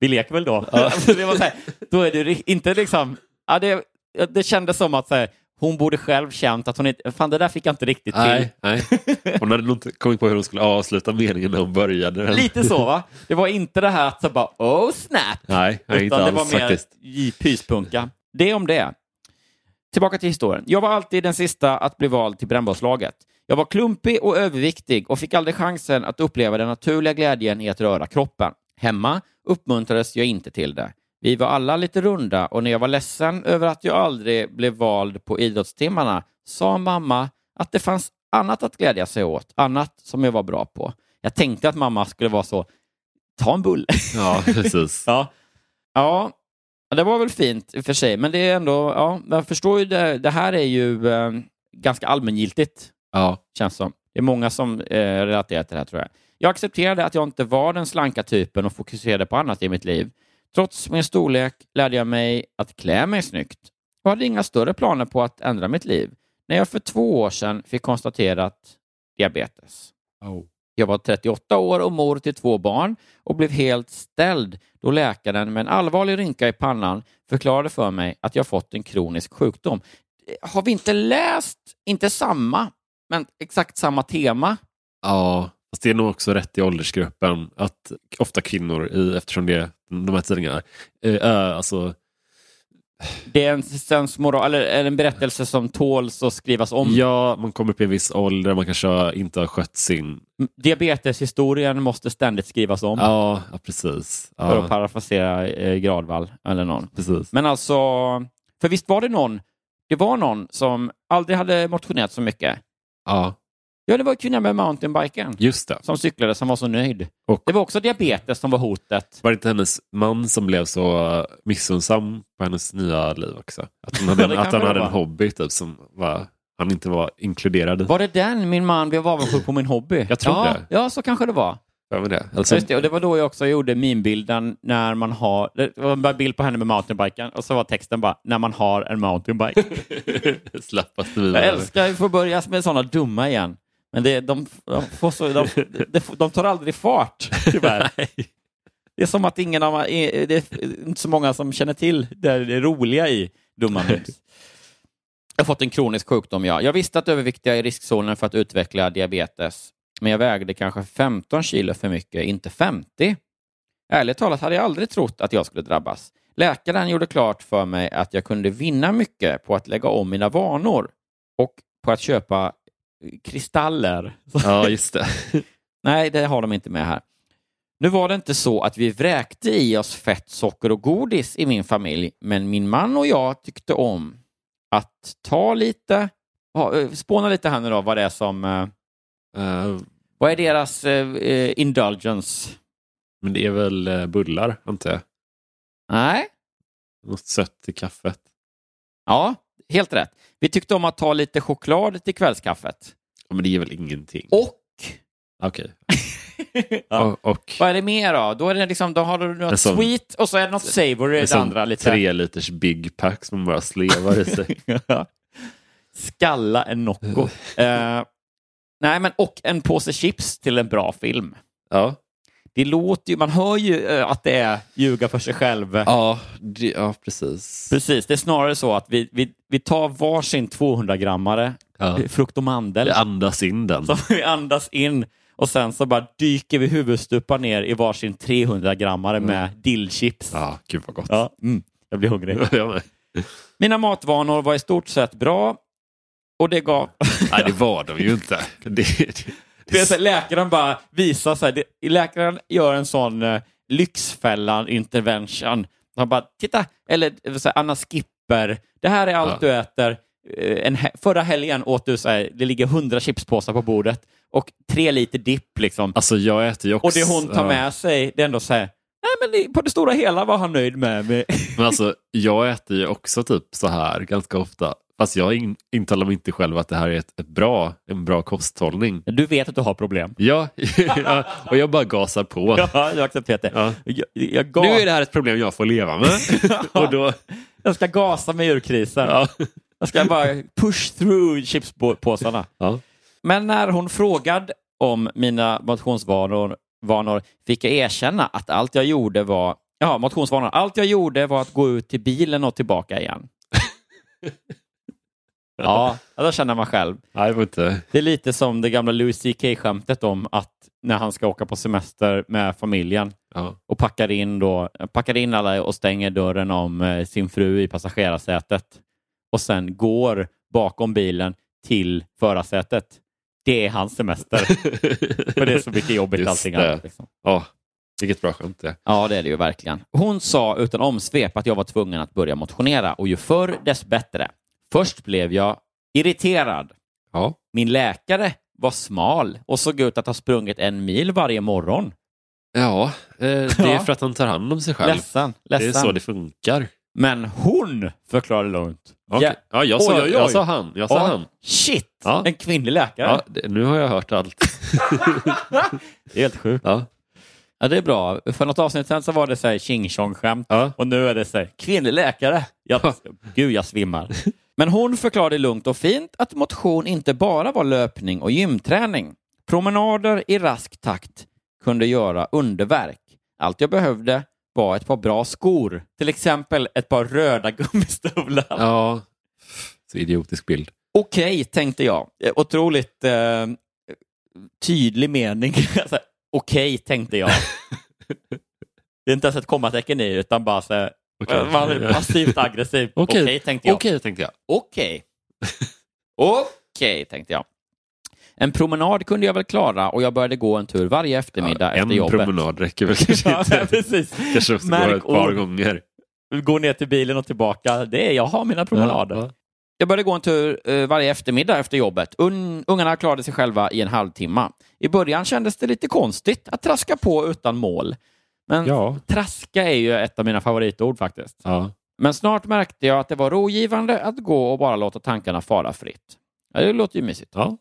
vi leker väl då. Alltså, det var så här, då är det ri- inte liksom... Ja, det, ja, det kändes som att så här, hon borde själv känt att hon inte... Fan, det där fick jag inte riktigt till. Nej, nej. Hon hade nog inte kommit på hur hon skulle avsluta meningen när hon började den. Lite så, va? Det var inte det här att så bara oh snap, Nej, nej inte utan det var alls mer faktiskt. i pyspunka. Det om det. Tillbaka till historien. Jag var alltid den sista att bli vald till brännbollslaget. Jag var klumpig och överviktig och fick aldrig chansen att uppleva den naturliga glädjen i att röra kroppen. Hemma uppmuntrades jag inte till det. Vi var alla lite runda och när jag var ledsen över att jag aldrig blev vald på idrottstimmarna sa mamma att det fanns annat att glädja sig åt, annat som jag var bra på. Jag tänkte att mamma skulle vara så, ta en bulle. Ja, precis. Ja. ja, det var väl fint i och för sig, men det är ändå, ja, man förstår ju det, det här är ju eh, ganska allmängiltigt, Ja. känns som. Det är många som eh, relaterar till det här, tror jag. Jag accepterade att jag inte var den slanka typen och fokuserade på annat i mitt liv. Trots min storlek lärde jag mig att klä mig snyggt och hade inga större planer på att ändra mitt liv när jag för två år sedan fick konstaterat diabetes. Jag var 38 år och mor till två barn och blev helt ställd då läkaren med en allvarlig rynka i pannan förklarade för mig att jag fått en kronisk sjukdom. Har vi inte läst, inte samma, men exakt samma tema? Ja, fast det är nog också rätt i åldersgruppen att ofta kvinnor, i, eftersom det är de här tidningarna, eh, eh, alltså, Det är en, sensmoral, eller, eller en berättelse som tåls och skrivas om. ja, man kommer upp i en viss ålder, man kanske inte har skött sin... Diabeteshistorien måste ständigt skrivas om, Ja, ja precis. för att Ja, parafrasera eh, Gradvall eller någon. precis. Men alltså, för visst var det någon, det var någon som aldrig hade motionerat så mycket Ja, Ja, det var kvinnan med mountainbiken just det. som cyklade som var så nöjd. Och- Det var också diabetes som var hotet. Var det inte hennes man som blev så eh, missunnsam på hennes nya liv också? Att han hade, Ja, det en, kan att han väl hade en vara. hobby typ, som var, han inte var inkluderad i. Var det den min man blev avundsjuk på min hobby? Jag tror ja, det. Ja, så kanske det var. Vem är det? Så Alltså, just det, och det var då jag också gjorde minbilden när man har... Det var en bild på henne med mountainbiken och så var texten bara när man har en mountainbike. Slappaste Jag vidare. älskar att få börja med sådana dumma igen. Men det, de, de, får så, de, de, de tar aldrig fart, tyvärr. Det är som att ingen av, eh, det är inte så många som känner till det, det roliga i dumma memes. Jag har fått en kronisk sjukdom, ja. Jag visste att överviktiga är i riskzonen för att utveckla diabetes, men jag vägde kanske 15 kilo för mycket, inte 50. Ärligt talat hade jag aldrig trott att jag skulle drabbas. Läkaren gjorde klart för mig att jag kunde vinna mycket på att lägga om mina vanor och på att köpa eh, kristaller. Ja, just det. Nej, det har de inte med här. Nu var det inte så att vi vräkte i oss fett, socker och godis i min familj, men min man och jag tyckte om att ta lite, ja, eh, spåna lite här nu då, vad det är som, eh, Eh, vad är deras eh, eh, indulgence? men det är väl eh, bullar, antar jag. Nej, Något sött i kaffet. ja, helt rätt. Vi tyckte om att ta lite choklad till kvällskaffet. Ja, men det är väl ingenting. Och, Okej. Ja. Och, och vad är det mer då? Då, är det liksom, då har du något En sån- sweet och så är det något savory i en det sån andra. Lite. liksom tre liters big pack som man bara slevar i sig. Skalla en Nocco. Eh, nej, men och en påse chips till en bra film. ja. Det låter ju, man hör ju eh, att det är ljuga för sig själv. Ja, det, ja, precis. Precis, det är snarare så att vi, vi, vi tar varsin 200-grammare Ja. eh, frukt och mandel Det andas in den. som vi andas in och sen så bara dyker vi huvudstupa ner i varsin 300-grammare med dillchips. Mm. Ja, gud vad gott. Ja, mm, jag blir hungrig. Jag med. Mina matvanor var i stort sett bra och det gav Nej, det var de ju inte. Det, det, Det är så här, läkaren bara visar så här, det, läkaren gör en sån eh, lyxfällan intervention. Han bara, titta, eller eh, så här, Anna Skipper, det här är allt Ja. du äter. Eh, En, he- förra helgen åt du så här, det ligger hundra chipspåsar på bordet och tre liter dipp liksom. alltså, jag äter ju också... Och det hon tar ja. med sig, det är ändå så här, nej men det- på det stora hela var han nöjd med. mig." Men alltså, jag äter ju också typ så här ganska ofta. Fast jag in, intalar mig inte själv att det här är ett, ett bra, en bra kosthållning. Du vet att du har problem. Ja, ja, och jag bara gasar på. Ja, jag accepterar det. Ja. Jag, jag, Nu är gas, det här ett problem jag får leva med. och då, jag ska gasa mig ur krisen. ja. Jag ska bara push through chipspåsarna. Ja. Men när hon frågade om mina motionsvanor vanor, fick jag erkänna att allt jag gjorde var ja, motionsvanor. Allt jag gjorde var att gå ut till bilen och tillbaka igen. Ja, ja, då känner man själv. Nej, det var inte... Det är lite som det gamla Louis CK-skämtet om att när han ska åka på semester med familjen Ja. och packar in, då, packar in alla och stänger dörren om eh, sin fru i passagerarsätet och sen går bakom bilen till förarsätet. Det är hans semester. För det är så mycket jobbigt Just allting det. annat. Liksom. Ja, vilket bra skämt det är. Ja, det är det ju verkligen. Hon sa utan omsvep att jag var tvungen att börja motionera och ju förr dess bättre. Först blev jag irriterad. Ja. Min läkare var smal och såg ut att ha sprungit en mil varje morgon. Ja, eh, det är Ja. för att han tar hand om sig själv. Ledsen, Det är ledsen. så det funkar. Men hon förklarade lugnt. Okej. Ja, jag sa, Oj, oj, oj. jag sa han. Jag sa Ja, han. Shit! Ja. En kvinnlig läkare. Ja, det, nu har jag hört allt. Det är helt sjukt. Ja. Ja, det är bra. För något avsnitt sen så var det så här tjing tjong skämt Ja. och nu är det så här kvinnlig läkare. Jag, gud, jag svimmar. Men hon förklarade lugnt och fint att motion inte bara var löpning och gymträning. Promenader i rask takt kunde göra underverk. Allt jag behövde var ett par bra skor, till exempel ett par röda gummistövlar. ja. Så idiotisk bild. Okej, tänkte jag. Eh, Otroligt eh, tydlig mening. Så här, Okej, tänkte jag. Det är inte ens ett kommatecken i, utan bara så här, eh, Okej. man är passivt aggressiv. Okej, Okej. tänkte jag. Okej, tänkte jag. Okej. Okej, tänkte jag. En promenad kunde jag väl klara och jag började gå en tur varje eftermiddag en efter jobbet. promenad räcker väl kanske Ja, men inte. precis. kanske måste gå Märk ett par ord. gånger. Gå ner till bilen och tillbaka. Det är, jag har mina promenader. Ja, Jag började gå en tur eh, varje eftermiddag efter jobbet. Un ungarna klarade sig själva i en halvtimme. I början kändes det lite konstigt att traska på utan mål. Men Ja. traska är ju ett av mina favoritord faktiskt. ja. Men snart märkte jag att det var rogivande att gå och bara låta tankarna fara fritt. Ja, det låter ju mysigt. Ja.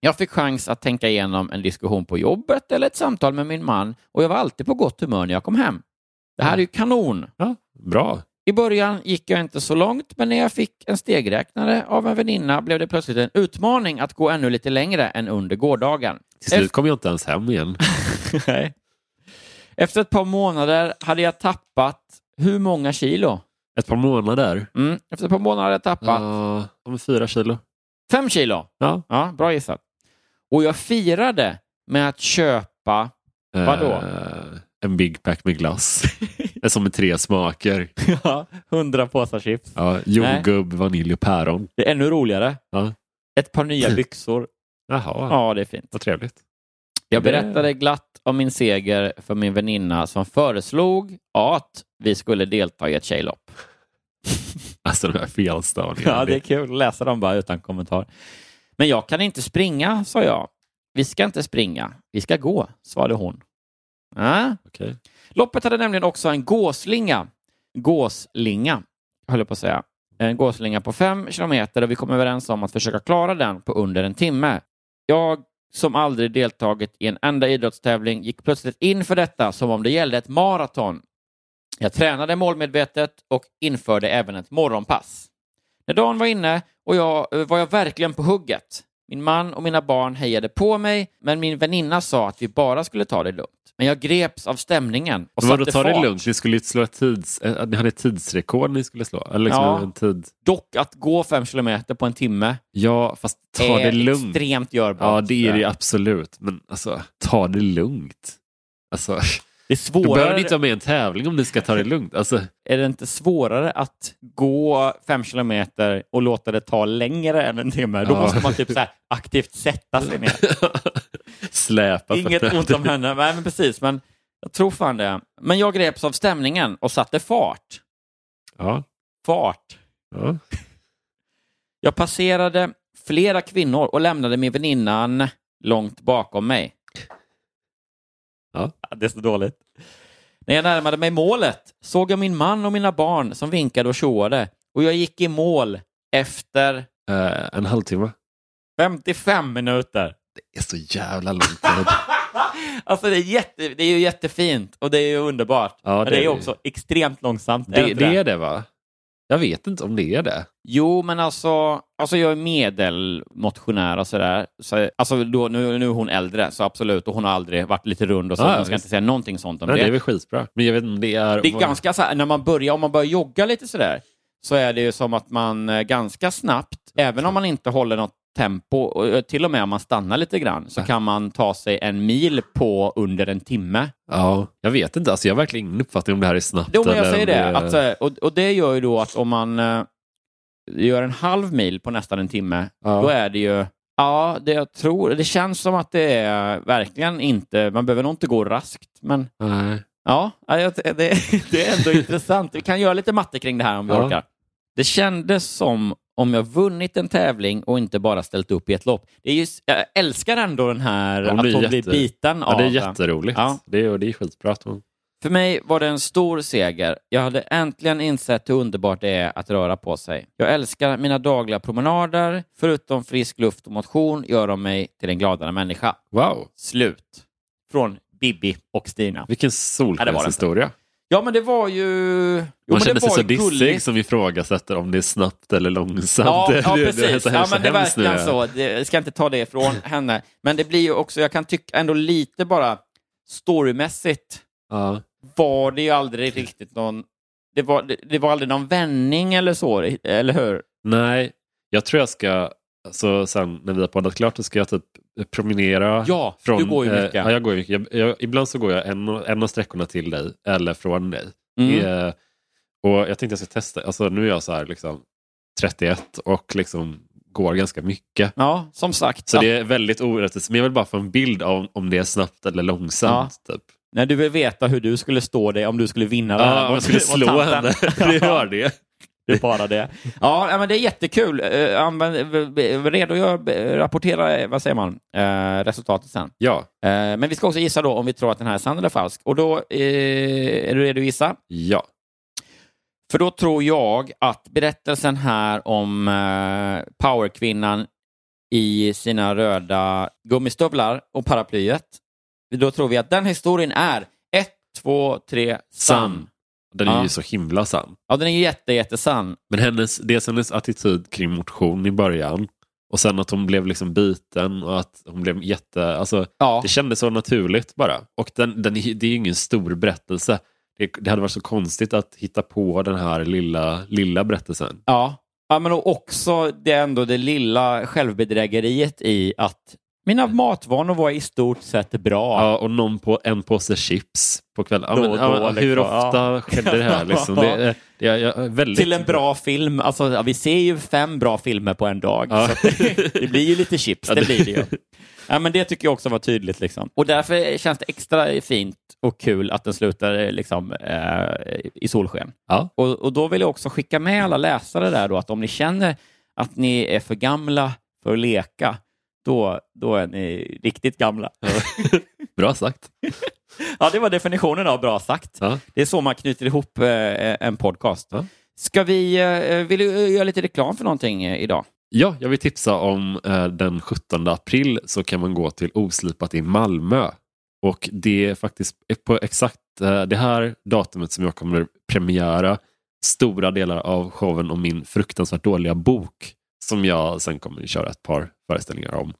Jag fick chans att tänka igenom en diskussion på jobbet eller ett samtal med min man och jag var alltid på gott humör när jag kom hem. Det här är ju kanon. ja. Bra. I början gick jag inte så långt, men när jag fick en stegräknare av en väninna blev det plötsligt en utmaning att gå ännu lite längre än under gårdagen. Till slut kom jag inte ens hem igen. Efter, Nej. Efter ett par månader hade jag tappat hur många kilo? Ett par månader. Mm. Efter ett par månader hade jag tappat Ja, om fyra kilo. fem kilo. Ja. Ja, bra gissat. Och jag firade med att köpa... Vadå? Eh, en big pack med glass. Som med tre smaker. Ja, hundra påsar chips. Ja, jordgubb, vanilj och päron. Det är ännu roligare. Ja. Ett par nya byxor. Jaha, Ja, det är fint. vad trevligt. Jag Det- berättade glatt om min seger för min väninna som föreslog att vi skulle delta i ett tjejlopp. Alltså de här felstavningarna. Ja, det är kul att läsa dem bara utan kommentar. Men jag kan inte springa, sa jag. Vi ska inte springa, vi ska gå, svarade hon. Äh? Okej. Loppet hade nämligen också en gåslinga. Gåslinga, höll jag på att säga. En gåslinga på fem kilometer och vi kom överens om att försöka klara den på under en timme. Jag som aldrig deltagit i en enda idrottstävling gick plötsligt in för detta som om det gällde ett maraton. Jag tränade målmedvetet och införde även ett morgonpass. När dagen var inne och jag, eh, var jag verkligen på hugget. Min man och mina barn hejade på mig, men min väninna sa att vi bara skulle ta det lugnt. Men jag greps av stämningen och Men vadå, satte ta det fart. lugnt. Ni skulle ju slå ett tids... eh, Ni hade ett tidsrekord ni skulle slå. Eller liksom Ja. en tid... Dock att gå fem kilometer på en timme Ja, fast ta är det lugnt. extremt görbart. Ja, det är det ju absolut. Men alltså, ta det lugnt. Alltså, Det är då behöver svårare, ni inte vara med i en tävling om ni ska ta det lugnt. Alltså, är det inte svårare att gå fem kilometer och låta det ta längre än en timme? Då Ja. måste man typ så här aktivt sätta sig ner. släpa Inget ont om henne, nej men precis. Men jag tror fan det. Men jag greps av stämningen och satte fart. Ja, Fart. ja. Jag passerade flera kvinnor och lämnade min väninnan långt bakom mig. Ja. Det är så dåligt. När jag närmade mig målet såg jag min man och mina barn som vinkade och tjoade och jag gick i mål efter Eh, en halvtimme. 55 minuter. Det är så jävla lång tid. Alltså det är, jätte, det är ju jättefint och det är ju underbart. Ja, Men det det är är ju det. också extremt långsamt. det, inte det är det va? Jag vet inte om det är det. Jo, men alltså, alltså jag är medelmotionär och sådär. Så, alltså då, nu, nu är hon äldre, så absolut. Och hon har aldrig varit lite rund och så. Ja, jag ska visst. inte säga någonting sånt om Nej, det det. är väl skitbra. Men jag vet inte om det är... Det är ganska så här, när man börjar, om man börjar jogga lite sådär, så är det ju som att man eh, ganska snabbt, även om man inte håller något tempo, och eh, till och med om man stannar lite grann, så kan man ta sig en mil på under en timme. Ja, jag vet inte. Alltså, jag har verkligen ingen uppfattning om det här är snabbt. Jo, men jag eller om säger det. är- Att, så här, och, och det gör ju då att om man eh, gör en halv mil på nästan en timme, Ja. då är det ju Ja, det jag tror. Det känns som att det är verkligen inte... Man behöver nog inte gå raskt, men Nej. Ja, ja, jag- det, det är ändå intressant. Vi kan göra lite matte kring det här om vi Ja. orkar. Det kändes som om jag vunnit en tävling och inte bara ställt upp i ett lopp. Det är just, jag älskar ändå den här Ja, men att det är hon blir jätte- biten Ja, av det är den. jätteroligt. Ja. Det, är, det är skitbra att hon... För mig var det en stor seger. Jag hade äntligen insett hur underbart det är att röra på sig. Jag älskar mina dagliga promenader. Förutom frisk luft och motion gör de mig till en gladare människa. Wow, Slut. Från Bibi och Stina. vilken Ja, det var det solskenshistoria. Ja, men det var ju... Jo, Man men känner det sig var så ju gulligt. dissig som ifrågasätter om det är snabbt eller långsamt. Ja, Det- ja det- det är precis. så ja, hemskt- men det är hemskt nu. verkligen så. Det- Jag ska inte ta det ifrån henne. Men det blir ju också, jag kan tycka ändå lite bara storymässigt Ja. var det ju aldrig riktigt någon... Det var, det, det var aldrig någon vändning eller så, eller hur? Nej, jag tror jag ska, så sen när vi har poddat klart, så ska jag typ promenera. Ja, du går ju eh, mycket. Ja, jag går ju mycket. Jag, jag, ibland så går jag en, och- en av sträckorna till dig eller från dig. Mm. Eh, och jag tänkte jag ska testa, alltså nu är jag så här liksom 31 och liksom går ganska mycket. Ja, som sagt. Så att- det är väldigt orättvist. Men jag vill bara få en bild av om det är snabbt eller långsamt. Typ. När du vill veta hur du skulle stå dig om du skulle vinna det Ja, här om jag mot- skulle mot slå tanten. henne. Det var det. Det är bara det. Ja, nej, men det är jättekul. Uh, använd, redogör, eh, rapportera, eh, vad säger man, eh, resultatet sen. Ja. Eh, men vi ska också gissa då om vi tror att den här är sann eller falsk. Och då, eh, är du redo att gissa? Ja. För då tror jag att berättelsen här om eh, powerkvinnan i sina röda gummistövlar och paraplyet, då tror vi att den historien är ett, två, tre, sann. Sann. Den är Ja. ju så himla sann. Ja, den är jätte, jättesann. Men hennes, dels hennes attityd kring motion i början och sen att hon blev liksom biten och att hon blev jätte... Alltså, Ja. Det kändes så naturligt bara. Och den, den, är- det är ju ingen stor berättelse. Det, det hade varit så konstigt att hitta på den här lilla, lilla berättelsen. Ja, ja men och också det är ändå det lilla självbedrägeriet i att mina matvanor var i stort sett bra. Ja, och någon på, en påse chips på kvällen. Ja, Då men, och ja, då, men hur liksom. ofta Ja. skedde det här? Liksom? Det, är- det, är- jag är väldigt... Till en bra film. Alltså, ja, vi ser ju fem bra filmer på en dag. Ja. Så att det, det blir ju lite chips, Ja, det det- blir det ju. Ja, men det tycker jag också var tydligt. Liksom. Och därför känns det extra fint och kul att den slutar eh, liksom, eh, i solsken. Ja. Och, och då vill jag också skicka med alla läsare där då att om ni känner att ni är för gamla för att leka, då, då är ni riktigt gamla. Bra sagt. Ja, det var definitionen av bra sagt. Ja. Det är så man knyter ihop eh, en podcast. Ja. Ska vi, eh, vill du göra lite reklam för någonting eh, idag? Ja, jag vill tipsa om eh, den 17 april så kan man gå till Oslipat i Malmö. Och det är faktiskt på exakt eh, det här datumet som jag kommer premiära stora delar av showen om min fruktansvärt dåliga bok som jag sen kommer köra ett par föreställningar om.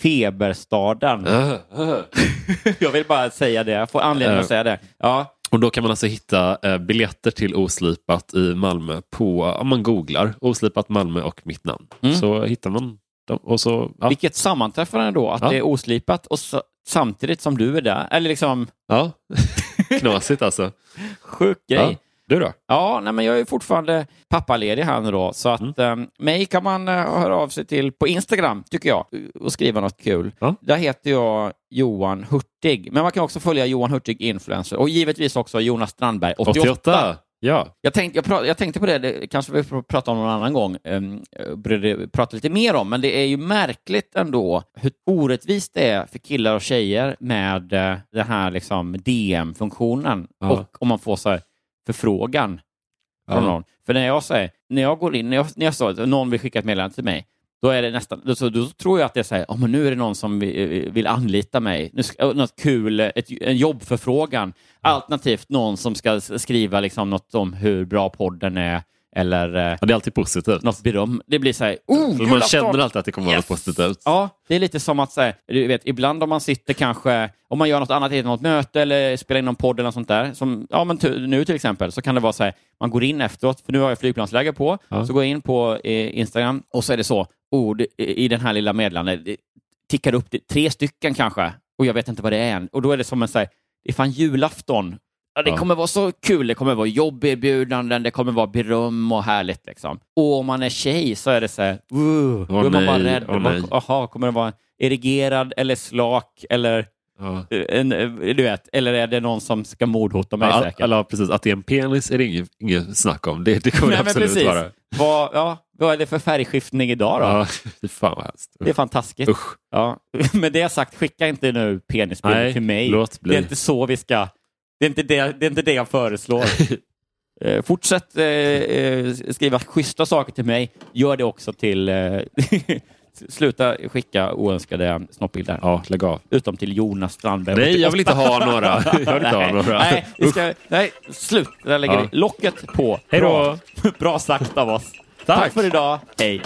Feberstaden. Jag vill bara säga det. Jag får anledning att Eh. säga det. Ja, Och då kan man alltså hitta eh, biljetter till Oslipat i Malmö på, om man googlar, Oslipat Malmö och mitt namn. Mm. Så hittar man dem. Och så, ja. Vilket sammanträffande då, att Ja. det är oslipat och så, samtidigt som du är där. Eller liksom, ja. Knasigt alltså. sjuk grej. Ja. Ja. Du då? nej, men jag är fortfarande pappaledig här nu då, så att Mm. eh, mig kan man eh, höra av sig till på Instagram, tycker jag, och skriva något kul. Ja. Där heter jag Johan Hurtig, men man kan också följa Johan Hurtig Influencer och givetvis också Jonas Strandberg, 88. 88. Ja. Jag, tänkte, jag, pra, jag tänkte på det, det kanske vi får prata om någon annan gång, um, prata lite mer om, men det är ju märkligt ändå hur orättvist det är för killar och tjejer med eh, den här liksom DM-funktionen Ja. och om man får så här förfrågan från Ja. någon. För när jag säger, när jag går in, när jag, när jag sa att någon vill skicka ett meddelande till mig, då är det nästan, då, så, då tror jag att det är så här, "Ja, men nu är det någon som vi- eh, vill anlita mig, nu ska, något kul, eh, ett, en jobbförfrågan, alternativt någon som ska s- skriva liksom något om hur bra podden är, eller eh, Ja, det är alltid positivt. något beröm. Det blir så här, oh, Så man julafton! känner alltid att det kommer vara Yes! något positivt. Ja, det är lite som att så här, du vet, ibland om man sitter kanske, om man gör något annat, i något möte eller spelar in någon podd eller något sånt där, som ja, men tu- nu till exempel, så kan det vara så här, man går in efteråt, för nu har jag flygplansläge på, Ja. så går jag in på eh, Instagram och så är det så, ord i den här lilla meddelandet, det tickar upp det, tre stycken kanske, och jag vet inte vad det är än. Och då är det som en så här, det är fan julafton. Ja, det Ja. kommer vara så kul. Det kommer vara jobberbjudanden, det kommer vara beröm och härligt. Liksom. Och om man är tjej så är det så här, "Woo." då Åh är man bara nej, rädd. åh nej. Jaha, kommer det vara en erigerad eller slak eller Ja. eh, en, eh, du vet, eller är det någon som ska mordhota mig Ja, säkert? alla, precis. Att det är en penis är det inget, inget snack om. Det, det kommer det Nej, men absolut precis. vara. Vad, ja, vad är det för färgskiftning idag då? Ja, fy fan vad hemskt. Det är fan taskigt. Usch. Ja. Med det sagt, skicka inte nu penisbilder Nej, till mig. låt bli. Det är inte så vi ska... Det är inte det, det, är inte det jag föreslår. Eh, Fortsätt eh, eh, skriva schyssta saker till mig. Gör det också till... Eh, sluta skicka oönskade snoppbilder. Ja, lägg av. Utom till Jonas Strandberg. Nej, jag vill inte ha några. Jag vill inte ha Nej, några. nej, vi ska, nej, slut. Där lägger Ja. vi locket på. Hej då. Bra. Bra sagt av oss. Tack, Tack. för idag. Hej.